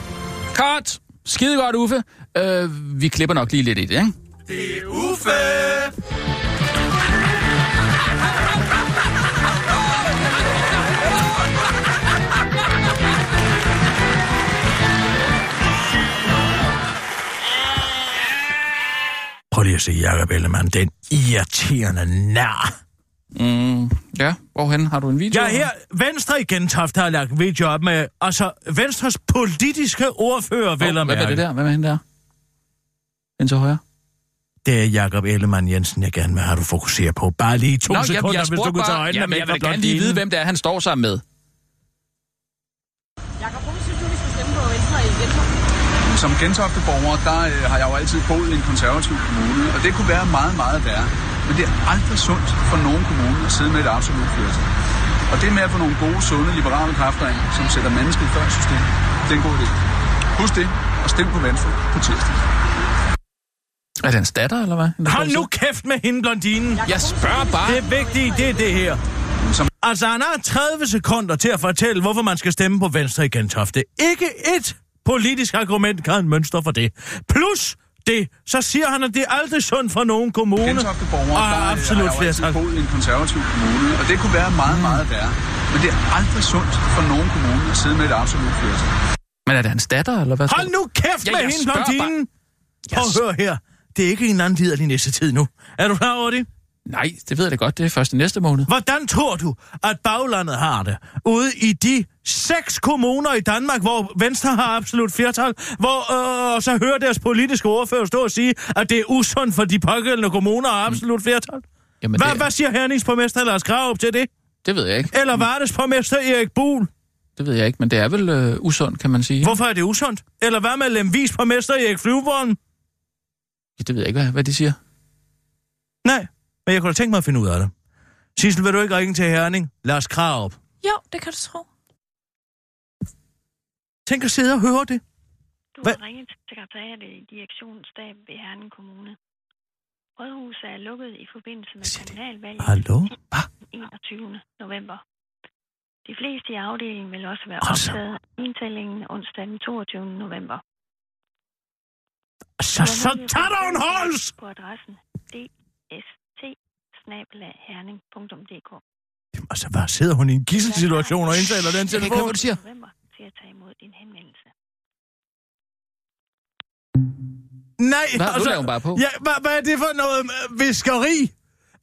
Cut! Skide godt, Uffe. Øh, vi klipper nok lige lidt i det, ikke?
Det er Uffe!
Prøv lige at se Jacob Ellemann, den irriterende nar.
Mm, ja, hvorhen har du en video?
Jeg er her. Venstre i Gentofte har lagt en video op med, altså Venstres politiske ordfører, vel
Hvad
at
var det
mærke.
der? Hvad var hende der? Hende til højre?
Det er Jakob Ellemann Jensen, jeg gerne vil have, du fokuserer på. Bare lige to
Nå, jeg-
sekunder,
jeg
hvis du
spurgte
kunne tage
bare-
øjnene
Jamen,
væk
jeg
fra
vil da
blot
gerne lige
delen.
vide, hvem det er, han står sammen med.
Jakob, hvorfor synes du, vi skal stemme på Venstre i Gentofte?
Som Gentofte-borger, der øh, har jeg jo altid boet i en konservativ kommune, og det kunne være meget, meget værre. Men det er aldrig sundt for nogen kommune at sidde med et absolut flertal. Og det med at få nogle gode, sunde, liberale kræfter ind, som sætter mennesket før systemet, det er en god idé. Husk det, og stem på Venstre på tirsdag.
Er det hans datter, eller hvad? Hende, der
Hold
står
nu kæft med hende, blondinen.
Jeg spørger bare.
Det vigtige, det er det her. Altså, han har 30 sekunder til at fortælle, hvorfor man skal stemme på Venstre i Gentofte. Ikke et politisk argument kan han mønstre for det. Plus det, så siger han, at det er aldrig sundt for nogen kommune.
Gentofte borgere,
og
der
har
øh,
Ah, absolut
har jeg jo altid
flertal.
boet i en konservativ kommune, og det kunne være meget, meget værre. Men det er aldrig sundt for nogen kommune at sidde med et absolut flertal.
Men er det hans datter, eller hvad?
Hold nu kæft
Ja,
med
jeg
hende,
spørger
blondinen. Prøv at høre her. Det er ikke en anden lider i næste tid nu. Er du klar over det?
Nej, det ved jeg da godt. Det er første næste måned.
Hvordan tror du, at baglandet har det? Ude i de seks kommuner i Danmark, hvor Venstre har absolut flertal, hvor øh, og så hører deres politiske ordfører stå og sige, at det er usundt for de pågældende kommuner har absolut flertal.
Jamen,
Hvad,
det-
hvad siger herningsborgmester Lars Krav til det?
Det ved jeg ikke.
Eller Vardes borgmester Erik Buhl?
Det ved jeg ikke, men det er vel øh, usundt, kan man sige.
Hvorfor er det usundt? Eller hvad med Lemvis borgmester Erik Flyvborn?
Ja, Det ved jeg ikke, hvad, hvad de siger.
Nej, men jeg kunne da tænke mig at finde ud af det. Sissel, vil du ikke ringe til Herning? Lars Krav.
Jo, det kan du tro.
Tænk at sidde og høre det.
Du
Hvad?
har ringet til kaptajnet i direktionsstab ved Herning Kommune. Rådhuset er lukket i forbindelse med kommunalvalget
Hallo?
den 21. november. De fleste i afdelingen vil også være
Altså.
optaget af indtællingen onsdag den 22. november.
Så, Altså, så tag dig en håls!
På adressen dst herningdk
Jamen, altså, hvad sidder hun i en gisselsituation og indtaler den
Jeg kan ikke
telefon?
høre, hvad du siger. november til at tage imod din henvendelse.
Nej, altså,
Hvad? Nu laver hun bare på.
Ja, hvad, hvad er det for noget øh, viskeri?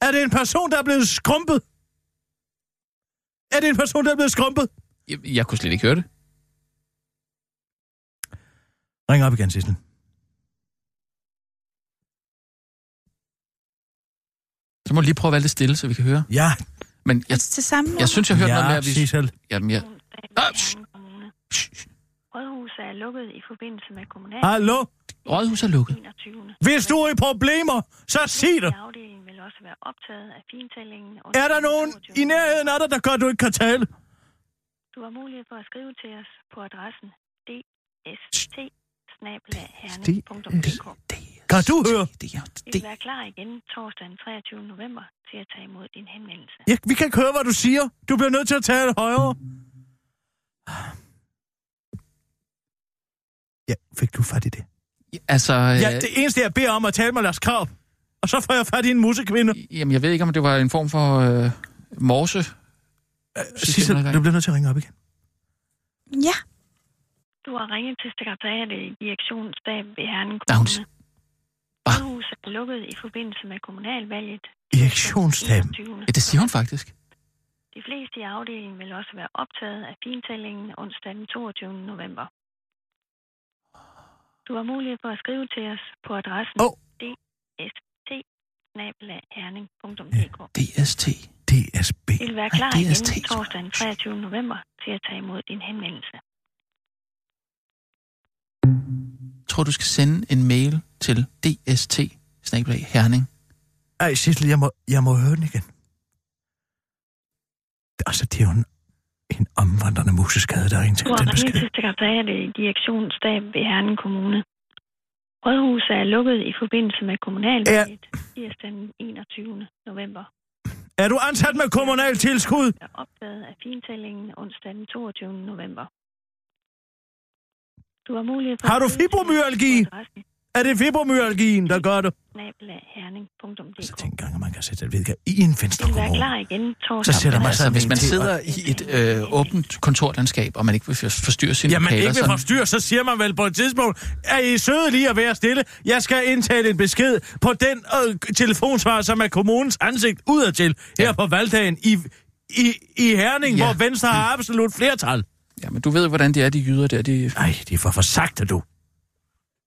Er det en person, der er blevet skrumpet? Er det en person, der er blevet skrumpet?
Jeg, jeg kunne slet ikke høre det.
Ring op igen, Sissel.
Så må du lige prøve at være lidt stille, så vi kan høre.
Ja,
Men jeg,
Altså, Til samme
jeg synes, jeg hørte
ja,
noget med, at vi...
Sissel.
Jamen, jeg... Ah, shh,
Rådhuset er lukket i forbindelse med kommunalvalget
Hallo?
Rådhuset er lukket.
den 21.
Hvis du er i problemer, så sig det.
Afdelingen vil også være optaget af fintællingen.
Er der nogen i nærheden af dig, der gør, at du ikke kan tale?
Du har mulighed for at skrive til os på adressen dst Vi
Kan du høre?
vil være klar igen torsdag den 23. november til at tage imod din henvendelse.
Ja, vi kan ikke høre, hvad du siger. Du bliver nødt til at tale højere. Ja, fik du fat i det?
Altså,
Ja,
ja, det...
det eneste, jeg beder om at tale med Lars Krav, og så får jeg fat i en musekvinde.
jamen, jeg ved ikke, om det var en form for øh, morse.
Øh, Sissel, du bliver nødt til at ringe op igen.
Ja,
Du har ringet til sekretariatet i direktionsstab ved Herning
Der er hun s-
Kommune. Rådhuset er lukket i forbindelse med kommunalvalget.
Direktionsstaben.
21..
Ja, det siger hun faktisk.
De fleste i afdelingen vil også være optaget af fintællingen onsdag den 22. november. Du har mulighed for at skrive til os på adressen
Åh.
oh. dst
DST.
DSB.
Vi vil være
Nej,
klar
DST,
igen
tror
torsdag den 23. november til at tage imod din henvendelse.
Tror du skal sende en mail til dst snabel-a, herning.
Ej, Sissel, jeg må, jeg må høre den igen. Altså, det er jo en, en omvandrende museskade, der er
Du
indtalt
har
den
ringet
besked.
til sekretariatet i direktionsstab ved Herning Kommune. Rådhuset er lukket i forbindelse med kommunalvalget tirsdag den 21. november.
Er du ansat med kommunal tilskud?
er opdaget af fintællingen onsdag den 22. november. Du har mulighed for...
Har du fibromyalgi? Er det fibromyalgien, der gør det?
herning.dk.
Så tænk engang, at man kan sætte et vedkær i
Det vil
en
være
venstrekommune.
klar igen torsdag.
Så sætter man
sig
altså, hvis man
til
sidder i et øh, åbent kontorlandskab, og man ikke vil forstyrre sine
Jamen,
lokaler,
ikke ved
sådan-
forstyr, så siger man vel på et tidspunkt, er I søde lige at være stille? Jeg skal indtale en besked på den øh, telefonsvar, som er kommunens ansigt udadtil her på valgdagen i, i, i Herning,
Ja. Mm.
hvor Venstre har absolut flertal.
Jamen, du ved, hvordan det er, de jyder der. De...
Nej, de får for sagte, du.